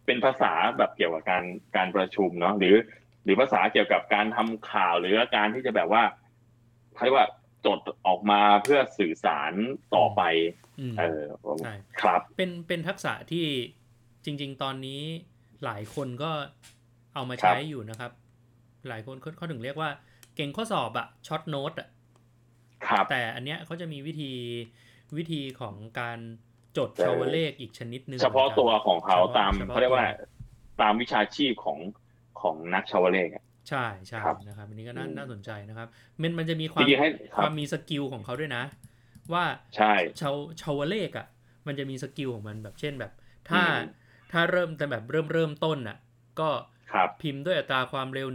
Speaker 4: เป็นภาษาแบบเกี่ยวกับการการประชุมเนาะหรือ หรือภาษาเกี่ยวกับการทำข่าวหรือว่าการที่จะแบบว่าเขาเรียกว่าจดออกมาเพื่อสื่อสารต่อไป
Speaker 3: อืม
Speaker 4: เออ
Speaker 3: ใช่
Speaker 4: ครับ
Speaker 3: เป็นเป็นทักษะที่จริง ๆ ตอนนี้หลายคนก็เอามาใช้อยู่นะครับ หลายคนเขาเขาถึงเรียกว่าเก่งข้อสอบอะช็อตโน้ตอะ
Speaker 4: ครับ
Speaker 3: แต่อันเนี้ยเขาจะมีวิธีวิธีของการจด
Speaker 4: เออ
Speaker 3: ชาวเลขอีกชนิดหนึ่ง
Speaker 4: เฉพาะ
Speaker 3: หมือนกัน
Speaker 4: ตัวของเขา
Speaker 3: เฉพาะ
Speaker 4: ตาม
Speaker 3: เฉพาะ
Speaker 4: เขาเรียกว่า
Speaker 3: ตัว
Speaker 4: ตามวิชาชีพของของนักชาวเล่อะ
Speaker 3: ใช่ใช่
Speaker 4: ครับ
Speaker 3: นะครับอันนี้ก็น่า
Speaker 4: อืม
Speaker 3: น่าสนใจนะครับมันมันจะมีความ
Speaker 4: จริงๆให้ค
Speaker 3: ค
Speaker 4: รั
Speaker 3: วา
Speaker 4: บ
Speaker 3: มมีสกิลของเขาด้วยนะ ว่า
Speaker 4: ใช่
Speaker 3: ชาวชาวเลขอ่ะ มันจะมีสกิลของมันแบบเช่นแบบ ถ้า
Speaker 4: อืม
Speaker 3: ถ้าเริ่มแต่แบบเริ่มเริ่มต้นอ่ะ ก็
Speaker 4: ครับ
Speaker 3: พิมพ์ด้วยอัตราความเร็ว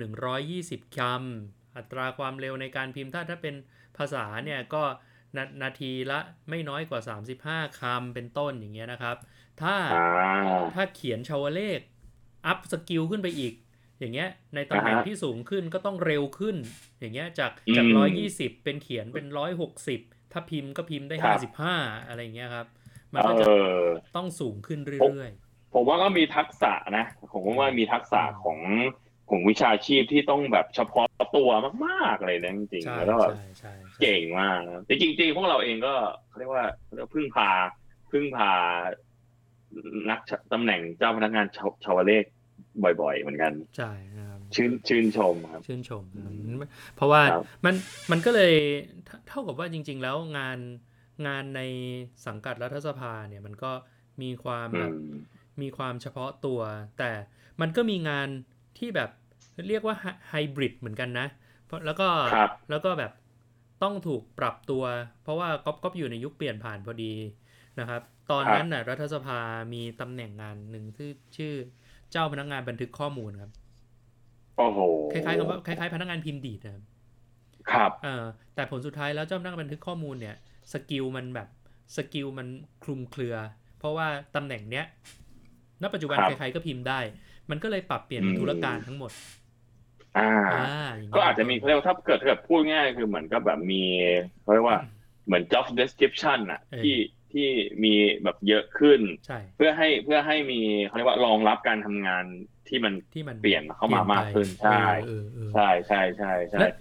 Speaker 3: 120คำอัตราความเร็วในการพิมพ์ถ้าถ้าเป็นภาษาเนี่ยก็นานาทีละไม่น้อยกว่า 35คำเป็นต้นอย่างเงี้ยนะครับ ถ้า
Speaker 4: อ่า
Speaker 3: ถ้าเขียนชาวเลข อัพสกิลขึ้นไปอีก อย่างเงี้ย ในตำแหน่ง
Speaker 4: อ่าฮะ
Speaker 3: ที่สูงขึ้นก็ต้องเร็วขึ้น อย่างเงี้ยจาก
Speaker 4: อืม
Speaker 3: จากร้อยยี่สิบเป็นเขียนเป็นร้อยหกสิบถ้าพิมพ์ก็พิมพ์ได้
Speaker 4: ครั
Speaker 3: ห้า
Speaker 4: บ
Speaker 3: สิบห้าอะไรอย่างเงี้ยครับ มัน
Speaker 4: เอ
Speaker 3: ก็จะ
Speaker 4: อ
Speaker 3: ต้องสูงขึ้นเรื่อย
Speaker 4: ผมว่าก็มีทักษะนะผมว่ามีทักษะของของวิชาชีพที่ต้องแบบเฉพาะตัวมากๆเลยนะจริ
Speaker 3: ๆ
Speaker 4: ง
Speaker 3: ใช่
Speaker 4: ๆแล้วก็แบบ
Speaker 3: ใช่ใช่ใช่
Speaker 4: เก่งมากนะแต่จริงๆพวกเราเองก็เขาเรียกว่าเขาเรียกว่าพึ่งพาพึ่งพานักตำแหน่งเจ้าพนักงานชาวชาวเลขบ่อยๆ เหมือนกัน
Speaker 3: ใช่นะครับ
Speaker 4: ชื่นชื่นชมครับ
Speaker 3: ชื่นชมครับเพราะว่า
Speaker 4: ครับ
Speaker 3: มันมันก็เลยเท่าเท่ากับว่าจริง ๆ แล้วงานงานในสังกัดรัฐสภาเนี่ยมันก็มีความแบบ
Speaker 4: อืม
Speaker 3: มีความเฉพาะตัว แต่มันก็มีงานที่แบบเรียกว่าไฮบริดเหมือนกันนะเพราะแล้วก็
Speaker 4: ครับ
Speaker 3: แล้วก็แบบต้องถูกปรับตัว เพราะว่าก๊อฟก๊อฟอยู่ในยุคเปลี่ยนผ่านพอดีนะครับ ตอน
Speaker 4: ครับ
Speaker 3: นั้นน่ะรัฐสภามีตำแหน่งงานหนึ่งที่ชื่อเจ้าพนักงานบันทึกข้อมูลครับ
Speaker 4: โอ้โห
Speaker 3: คล้ายๆกับว่าคล้ายๆ พนักงานพิมพ์ดีดนะครับ
Speaker 4: ครับ
Speaker 3: เออแต่ผลสุดท้ายแล้วเจ้าหน้าบันทึกข้อมูลเนี่ยสกิลมันแบบสกิลมันคลุมเครือ เพราะว่าตำแหน่งเนี้ยณปัจจุบัน
Speaker 4: ครับ
Speaker 3: ใครๆก็พิมพ์ได้ มันก็เลยปรับเปลี่ยนเป็น
Speaker 4: อืม
Speaker 3: ธุรการทั้งหมด
Speaker 4: อ่า
Speaker 3: ย่งเงี้ย
Speaker 4: ก็อาจจะมีเขาเรียกว่าถ้าเกิดถ้าเกิดพูดง่ายคือเหมือนกับแบบมีเขาเรียกว่าเหมือน job description อะที่ที่มีแบบเยอะขึ้น
Speaker 3: ใช่
Speaker 4: เพื่อให้เพื่อให้มีเขาเรียกว่ารองรับการทำงานที่มัน
Speaker 3: ที่มัน
Speaker 4: เปลี่ยนเข้ามามากขึ้น
Speaker 3: เปลี่ยน
Speaker 4: ใช่
Speaker 3: ไปเออเออเออ
Speaker 4: ใช่ใช่ใช่ใช่
Speaker 3: และ จ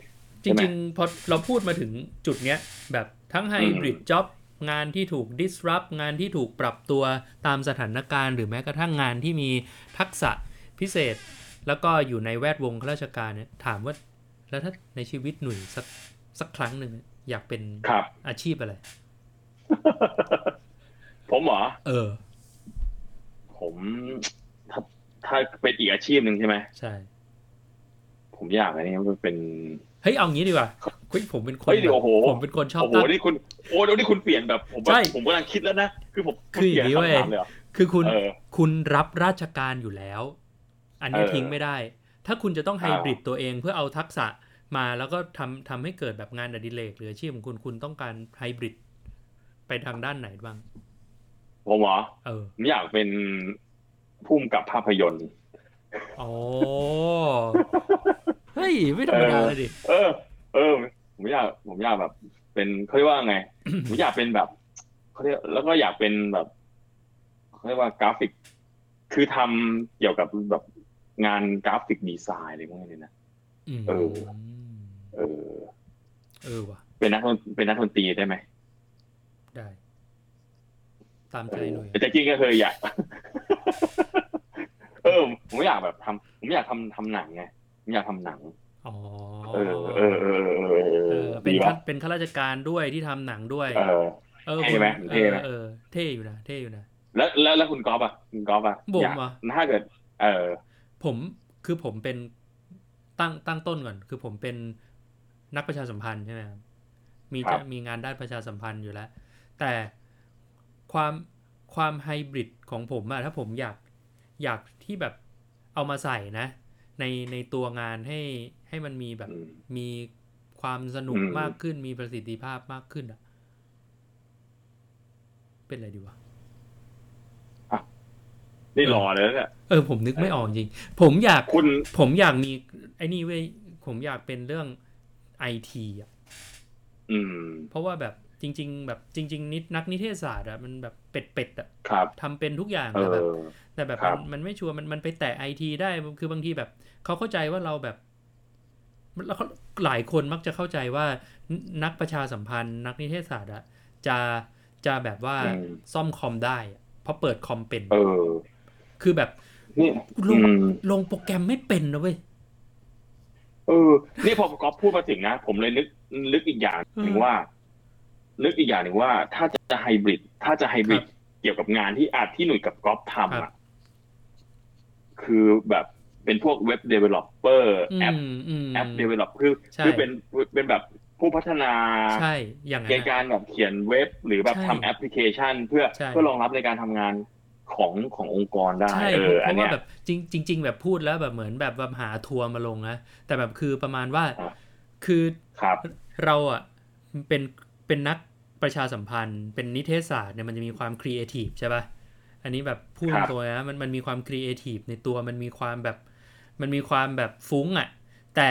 Speaker 4: ใช่ไหม
Speaker 3: ริงๆพอเราพูดมาถึงจุดเนี้ยแบบทั้งไฮบริดจ็อบงานที่ถูก disrupt งานที่ถูกปรับตัวตามสถานการณ์หรือแม้กระทั่งงานที่มีทักษะพิเศษ แล้วก็อยู่ในแวดวงข้าราชการเนี่ยถามว่า แล้วถ้าในชีวิตหนุ่ยสักสักครั้งหนึ่งอยากเป็น
Speaker 4: ครับ
Speaker 3: อาชีพอะไร
Speaker 4: ผมเหรอ
Speaker 3: เออ
Speaker 4: ผมถ้าถ้าเป็นอีกอาชีพหนึ่งใช่ไหม
Speaker 3: ใช่
Speaker 4: ผมอยากอันนี้มันเป็น
Speaker 3: เฮ้ยเอางี้ดีกว่าคุยผมเป็นคน
Speaker 4: เฮ้ยเดี๋ยวโอ้โห
Speaker 3: ผมเป็นคนชอบ
Speaker 4: โอ้โห
Speaker 3: ตั้ง
Speaker 4: นี่คุณโอ้เดี๋ยวนี่คุณเปลี่ยนแบบ ผมว่า
Speaker 3: ใช่
Speaker 4: ผมกำลังคิดแล้วนะคือผม
Speaker 3: คืออย่างนี้เว้ย
Speaker 4: เปลี่ยนคำถามเลยเหรอ
Speaker 3: คือคุณ
Speaker 4: เออ
Speaker 3: คุณรับราชการอยู่แล้ว อันเนี้ย
Speaker 4: เออ
Speaker 3: ทิ้งไม่ได้ ถ้าคุณจะต้องไฮ
Speaker 4: อ่า
Speaker 3: บริดตัวเองเพื่อเอาทักษะมาแล้วก็ทำทำให้เกิดแบบงานอดิเรกหรืออาชีพของคุณคุณต้องการไฮบริดไปทางด้านไหนบ้าง
Speaker 4: ผมเหรอ
Speaker 3: เออ
Speaker 4: ผมอยากเป็นพุ่มกับภาพยนตร์
Speaker 3: อ๋อเฮ้ย ไม่ธรรมดาเลยดิ
Speaker 4: เออ เออ ผมอยาก ผมอยากแบบ เป็นเขาเรียกว่าไง ผมอยากเป็นแบบเขาเรียกแล้วก็อยากเป็นแบบเขาเรียกว่ากราฟิก คือทำเกี่ยวกับแบบงานกราฟิกดีไซน์อะไรพวกนี้เนี่ยนะ
Speaker 3: อืม
Speaker 4: เออ เออ
Speaker 3: เออว่ะ
Speaker 4: เป็นนักดนเป็นนักดนตรีได้ไหม
Speaker 3: ได้ ตาม
Speaker 4: เอ
Speaker 3: ใจ
Speaker 4: อ
Speaker 3: หน่อย
Speaker 4: แต่จริงก็เคยอยาก เออ ผมอยากแบบทำผมอยากทำทำหนังไงผมอยากทำหนัง
Speaker 3: อ๋อ
Speaker 4: เออ เออ เออ เออ เอ
Speaker 3: เอ
Speaker 4: อ
Speaker 3: อเป็น
Speaker 4: ดี
Speaker 3: ข้า
Speaker 4: ปะ
Speaker 3: เป็นข้าราชการด้วยที่ทำหนังด้วย
Speaker 4: เออ
Speaker 3: เออ
Speaker 4: เท่
Speaker 3: คุณ
Speaker 4: ไหม
Speaker 3: เอ
Speaker 4: เท่
Speaker 3: อ
Speaker 4: ไหม
Speaker 3: เออเท่อยู่นะเท่อยู่นะ
Speaker 4: แล้วแล้วแล้วคุณก๊อฟอ่ะคุณก๊อฟอ่ะ
Speaker 3: ผม
Speaker 4: อยาก
Speaker 3: เหรอ
Speaker 4: ถ้าเกิด เออ
Speaker 3: ผมคือผมเป็นตั้งตั้งต้นก่อน คือผมเป็นนักประชาสัมพันธ์ใช่ไหมครับมี
Speaker 4: ครั
Speaker 3: จะ
Speaker 4: บ
Speaker 3: มีงานด้านประชาสัมพันธ์อยู่แล้ว แต่ความความไฮบริดของผมอะถ้าผมอยากอยากที่แบบเอามาใส่นะ ในในตัวงานให้ให้มันมีแบบ
Speaker 4: อืม
Speaker 3: มีความสนุก
Speaker 4: อืม
Speaker 3: มากขึ้นมีประสิทธิภาพมากขึ้นอะเป็นอะไรดีวะ
Speaker 4: นี่หล่อเลยนะเนี่ย
Speaker 3: เออผมนึกไม่ออกจริง ผมอยาก
Speaker 4: คุณ
Speaker 3: ผมอยากมีไอ้นี่เว้ยผมอยากเป็นเรื่องไอทีอ่ะ
Speaker 4: อืม
Speaker 3: เพราะว่าแบบจริง ๆ แบบจริง ๆ นิดนักนิเทศศาสตร์อ่ะมันแบบเป็ดเป็ดๆอ่ะ
Speaker 4: ครับ
Speaker 3: ทำเป็นทุกอย่าง
Speaker 4: เอ
Speaker 3: แต่แบบ
Speaker 4: อ
Speaker 3: แต่แบบ
Speaker 4: ครั
Speaker 3: มั
Speaker 4: บ
Speaker 3: นมันไม่ชัวร์มันมันไปแตะไอทีได้คือบางทีแบบเขาเข้าใจว่าเราแบบแล้วเขาหลายคนมักจะเข้าใจว่านักประชาสัมพันธ์ นักนิเทศศาสตร์อ่ะจะจะแบบว่า
Speaker 4: อืม
Speaker 3: ซ่อมคอมได้อะเพราะเปิดคอมเป็น
Speaker 4: เออ
Speaker 3: คือแบบ
Speaker 4: นี่
Speaker 3: ล
Speaker 4: อื
Speaker 3: ง
Speaker 4: ม
Speaker 3: ลงโปรแกรมไม่เป็นนะเว้ย
Speaker 4: เออ นี่พอก๊อฟพูดมาถึงนะ ผมเลยนึกนึกอีกอย่างหนึ่งว่า นึกอีกอย่างหนึ่งว่า ถ้าจะไฮบริด ถ้าจะไฮบริดเกี่ยวกับงานที่อาจที่หนุ่ยกับก๊อฟทำ
Speaker 3: ครั
Speaker 4: อ่ะ
Speaker 3: บ
Speaker 4: คือแบบ เป็นพวกเว็บเดเวลลอปเปอร์
Speaker 3: อื
Speaker 4: แอป
Speaker 3: มอืม
Speaker 4: แอปเดเวลลอปคือ
Speaker 3: ใช่
Speaker 4: คือเป็นเป็นแบบผู้พัฒนา
Speaker 3: ใช่อย่างนั้
Speaker 4: ใน
Speaker 3: น
Speaker 4: การ
Speaker 3: อะ
Speaker 4: แบบเขียนเว็บหรือแบบ
Speaker 3: ใช่
Speaker 4: ทำแอปพลิเคชัน เพื่อ
Speaker 3: ใช่
Speaker 4: เพื่อรองรับในการทำงานของขององค์กรได้
Speaker 3: ใช่
Speaker 4: เอ
Speaker 3: เพ
Speaker 4: อ
Speaker 3: ราะ
Speaker 4: อัน
Speaker 3: ว่า
Speaker 4: เนี้ย
Speaker 3: แบบจริงจริง ๆ แบบพูดแล้วแบบเหมือนแบบหาทัวร์มาลงนะแต่แบบคือประมาณว่า
Speaker 4: อ่ะ
Speaker 3: คือ
Speaker 4: ครับ
Speaker 3: เราอ่ะเป็นเป็นนักประชาสัมพันธ์ เป็นนิเทศศาสตร์เนี่ยมันจะมีความครีเอทีฟใช่ป่ะอันนี้แบบพูด
Speaker 4: ครับ
Speaker 3: ตัวนะมันมันมีความครีเอทีฟในตัวมันมีความแบบมันมีความแบบฟุ้งอ่ะแต่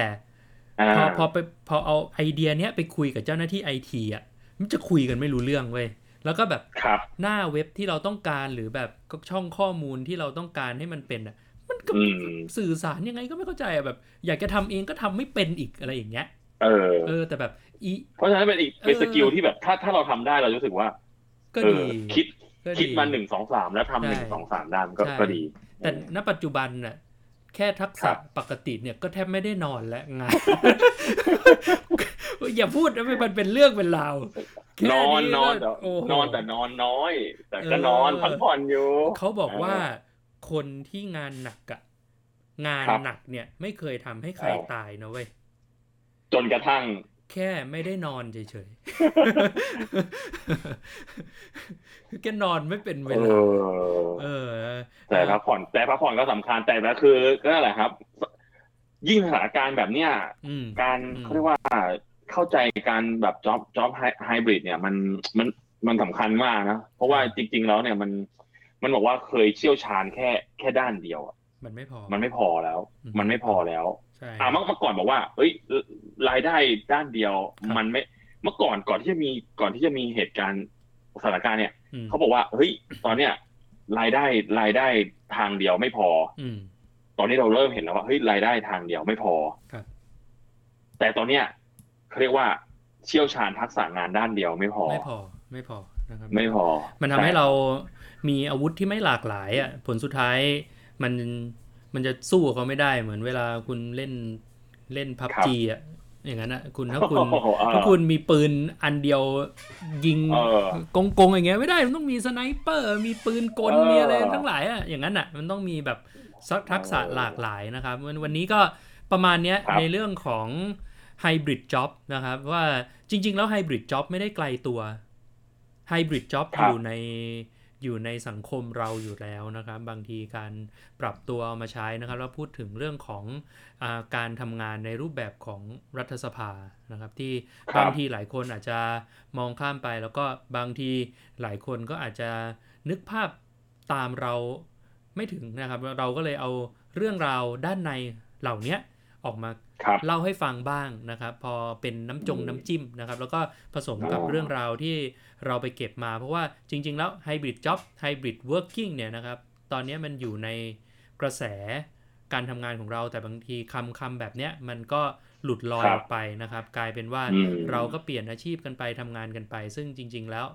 Speaker 4: อ่า
Speaker 3: พอพอไปพอเอาไอเดียเนี้ยไปคุยกับเจ้าหน้าที่ไอทีอ่ะมันจะคุยกันไม่รู้เรื่องเว้ยแล้วก็แบบ
Speaker 4: ครับ
Speaker 3: หน้าเว็บที่เราต้องการหรือแบบช่องข้อมูลที่เราต้องการให้มันเป็นอ่ะ มันก็
Speaker 4: อืม
Speaker 3: สื่อสารยังไงก็ไม่เข้าใจอ่ะแบบ อยากจะทำเองก็ทำไม่เป็นอีกอะไรอย่างเงี้ย
Speaker 4: เออ
Speaker 3: เออแต่แบบอี
Speaker 4: เพราะฉะนั้นเป็นอีก
Speaker 3: เออ
Speaker 4: เป็นสกิลที่แบบถ้าถ้าเราทำได้เราจะรู้สึกว่า
Speaker 3: ก็
Speaker 4: เอ
Speaker 3: ดี
Speaker 4: อคิด
Speaker 3: ก็
Speaker 4: คิดมาหนึ่งสองสามแล้วทำหนึ่ง
Speaker 3: ใช่
Speaker 4: สองสามด้านก็
Speaker 3: ใช่
Speaker 4: ก็ดี
Speaker 3: แต่ณปัจจุบันน่ะแค่ทัก
Speaker 4: ครั
Speaker 3: ษะ
Speaker 4: บ
Speaker 3: ปกติเนี่ยก็แทบไม่ได้นอนและงาน อย่าพูดนะมันเป็นเรื่องเป็นราวแค่
Speaker 4: นอนนอน
Speaker 3: ก็โโห
Speaker 4: นอนแต่นอนน้อย แต่ก็
Speaker 3: เออ
Speaker 4: นอนพักผ่อนอยู่
Speaker 3: เขาบอกว่าคนที่งานหนักอะงาน
Speaker 4: ครับ
Speaker 3: หนักเนี่ย ไม่เคยทำให้ใคร
Speaker 4: อ้าว
Speaker 3: ตายนะเว้ย
Speaker 4: จนกระทั่ง
Speaker 3: แค่ไม่ได้นอนเฉยๆ แค่นอนไม่เป็นเว
Speaker 4: เอ
Speaker 3: ลา
Speaker 4: อ
Speaker 3: เออ
Speaker 4: แต่พักผ่อนแต่พักผ่อนก็สำคัญแต่ก็คือก็นั่นแหละครับ ยิ่งสถานการณ์แบบเนี้ย
Speaker 3: อืม
Speaker 4: การ
Speaker 3: อืม
Speaker 4: เขาเรียกว่าเข้าใจการแบบจ็อบจ็อบไฮบริดเนี่ยมันมันมันสำคัญมากนะ เพราะว่าจริง ๆ แล้วเนี่ยมันมันบอกว่าเคยเชี่ยวชาญแค่แค่ด้านเดียวอะ
Speaker 3: มันไม่พอ
Speaker 4: มันไม่พอแล้ว
Speaker 3: อืม
Speaker 4: มันไม่พอแล้ว
Speaker 3: ใช่
Speaker 4: อ่าเมื่อเมื่อก่อนบอกว่า เอ้ยรายได้ด้านเดียว
Speaker 3: ครับ
Speaker 4: มันไม่เมื่อก่อนก่อนที่จะมีก่อนที่จะมีเหตุการณ์สถานการณ์เนี่ย
Speaker 3: อืม
Speaker 4: เขาบอกว่าเฮ้ยตอนเนี้ยรายได้รายได้ทางเดียวไม่พอ
Speaker 3: อืม
Speaker 4: ตอนนี้เราเริ่มเห็นแล้วว่าเฮ้ยรายได้ทางเดียวไม่พอ
Speaker 3: ครับ
Speaker 4: แต่ตอนเนี้ยเขาเรียกว่าเชี่ยวชาญทักษะงานด้านเดียวไม่พอ
Speaker 3: ไม่พอ ไม่พอนะครับ
Speaker 4: ไม่พอ
Speaker 3: มันทำให้เรามีอาวุธที่ไม่หลากหลายอ่ะ ผลสุดท้ายมันมันจะสู้กับเขาไม่ได้เหมือนเวลาคุณเล่นเล่นพับจีอ่ะ อย่างนั้นอ่ะ คุณถ้าคุณ
Speaker 4: โอ้โหเออ
Speaker 3: ถ้าคุณมีปืนอันเดียวยิง
Speaker 4: เออก
Speaker 3: งกงๆอย่างเงี้ยไม่ได้มันต้องมีสไนเปอร์ มีปืนกล
Speaker 4: เออ
Speaker 3: มีอะไรทั้งหลายอ่ะอย่างนั้นอ่ะมันต้องมีแบบสักทักษะหลากหลายนะครับวันวันนี้ก็ประมาณเนี้ย
Speaker 4: ครับ
Speaker 3: ในเรื่องของไฮบริดจ็อบนะครับ ว่าจริง ๆ แล้วไฮบริดจ็อบไม่ได้ไกลตัวไฮบริดจ็อบอยู่ในอยู่ในสังคมเราอยู่แล้วนะครับ บางทีการปรับตัวเอามาใช้นะครับแล้วพูดถึงเรื่องของ อ่าการทำงานในรูปแบบของรัฐสภานะครับ ที่
Speaker 4: ครับ
Speaker 3: า
Speaker 4: บ
Speaker 3: งทีหลายคนอาจจะมองข้ามไป แล้วก็บางทีหลายคนก็อาจจะนึกภาพตามเราไม่ถึงนะครับ เราก็เลยเอาเรื่องราวด้านในเหล่าเนี้ยออกมา
Speaker 4: ครับ
Speaker 3: เล่าให้ฟังบ้างนะครับ พอเป็นน้ำจง
Speaker 4: อืม
Speaker 3: น้ำจิ้มนะครับ แล้วก็ผสมกับ
Speaker 4: อ๋อ
Speaker 3: เรื่องราวที่เราไปเก็บมา เพราะว่าจริง ๆ แล้วไฮบริดจ็อบไฮบริดเวิร์กิ่งเนี่ยนะครับ ตอนเนี้ยมันอยู่ในกระแส การทำงานของเราแต่บางทีคำคำแบบเนี้ยมันก็หลุดลอย
Speaker 4: ครับ
Speaker 3: ออกไปนะครับ กลายเป็นว่า
Speaker 4: อืม
Speaker 3: เราก็เปลี่ยนอาชีพกันไปทำงานกันไป ซึ่งจริง ๆ แล้ว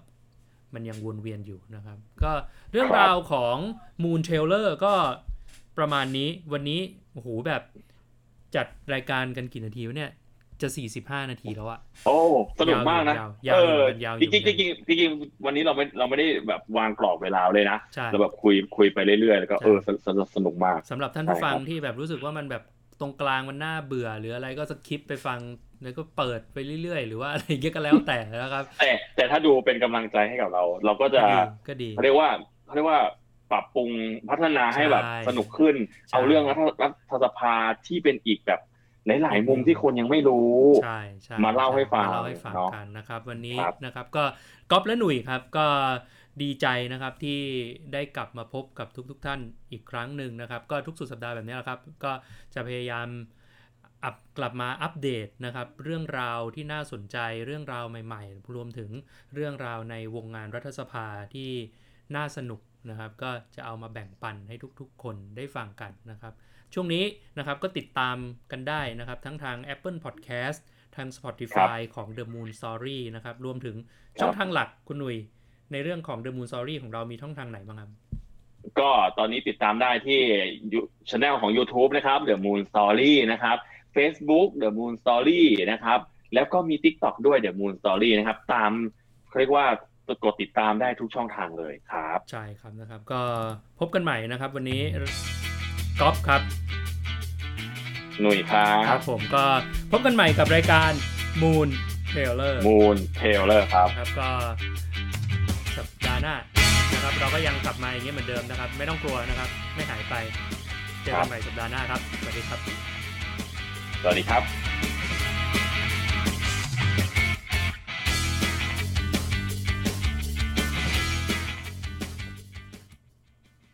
Speaker 3: มันยังวนเวียนอยู่นะครับ ก็เรื่องราวของ Moon Trailer ก็ประมาณนี้วันนี้โอ้โหแบบจัดรายการกันกี่นาทีวะเนี่ยจะ 45 นาทีแล้วอะ
Speaker 4: โอ้สนุกมากนะ
Speaker 3: ยาวยาว
Speaker 4: เอย
Speaker 3: าวอยู่มันยาวอ
Speaker 4: อ
Speaker 3: ยู่
Speaker 4: จริงจริงจริงจริงๆวันนี้เราไม่เราไม่ได้แบบวางกรอบเวลาเลยนะ
Speaker 3: ใช่
Speaker 4: เราแบบคุยคุยไปเรื่อยๆแล้วก็
Speaker 3: ใช่
Speaker 4: เออสนุกสนุกมาก
Speaker 3: สำหรับท่านผู้
Speaker 4: ใช่
Speaker 3: ฟัง
Speaker 4: ครับ
Speaker 3: ที่แบบรู้สึกว่ามันแบบตรงกลางมันน่าเบื่อ หรืออะไรก็สคิปไปฟังแล้วก็เปิดไปเรื่อยๆ หรือว่าอะไรเงี้ยก็แล้วแต่นะครับ
Speaker 4: แต่แต่ถ้าดูเป็นกำลังใจให้กับเรา เราก็จะ
Speaker 3: ก็ดี
Speaker 4: เขาเรียกว่าเขาเรียกว่าปรับปรุงพัฒนาให้แบบ
Speaker 3: ใช่
Speaker 4: สนุกขึ้น
Speaker 3: ใช่
Speaker 4: เอาเรื่องรัฐรัฐสภาที่เป็นอีกแบบหลาย ๆ มุมที่คนยังไม่รู้
Speaker 3: ใช่ใช่
Speaker 4: มาเล่าให้ฟัง
Speaker 3: มาเล่าให้ฟัง
Speaker 4: เนาะ
Speaker 3: กันนะครับ วันนี้
Speaker 4: ครับ
Speaker 3: นะครับก็ก๊อฟและหนุ่ยครับก็ดีใจนะครับที่ได้กลับมาพบกับทุกๆทท่านอีกครั้งหนึ่งนะครับ ก็ทุกสุดสัปดาห์แบบนี้แหละครับ ก็จะพยายามอัพกลับมาอัปเดตนะครับ เรื่องราวที่น่าสนใจเรื่องราวใหม่ๆ รวมถึงเรื่องราวในวงงานรัฐสภาที่น่าสนุกนะครับ ก็จะเอามาแบ่งปันให้ทุกๆ คนได้ฟังกันนะครับ ช่วงนี้นะครับก็ติดตามกันได้นะครับ ทั้งทาง Apple Podcast ทาง Spotify ของ The Moon Story นะครับ รวมถึงช่อง
Speaker 4: ครับ
Speaker 3: ทางหลักคุณหนุย ในเรื่องของ The Moon Story ของเรามีช่องทางไหนบ้างครับ
Speaker 4: ก็ตอนนี้ติดตามได้ที่ช anel ของ YouTube นะครับ The Moon Story นะครับ Facebook The Moon Story นะครับ แล้วก็มี TikTok ด้วย The Moon Story นะครับ ตามเขาเรียกว่ากดติดตามได้ทุกช่องทางเลยครับ
Speaker 3: ใช่ครับนะครับ ก็พบกันใหม่นะครับ วันนี้ก๊อฟครับ
Speaker 4: หนุ่ยครั
Speaker 3: ครับ บผมก็พบกันใหม่กับรายการ Moon Trailer
Speaker 4: มูนเทเลอร์ครับ
Speaker 3: ครับก็สัปดาห์หน้านะครับ เราก็ยังกลับมาอย่างเงี้ยเหมือนเดิมนะครับ ไม่ต้องกลัวนะครับ ไม่หายไป เจอกันใหม่สัปดาห์หน้าครับ สวัสดีครับ
Speaker 4: สวัสดีครับ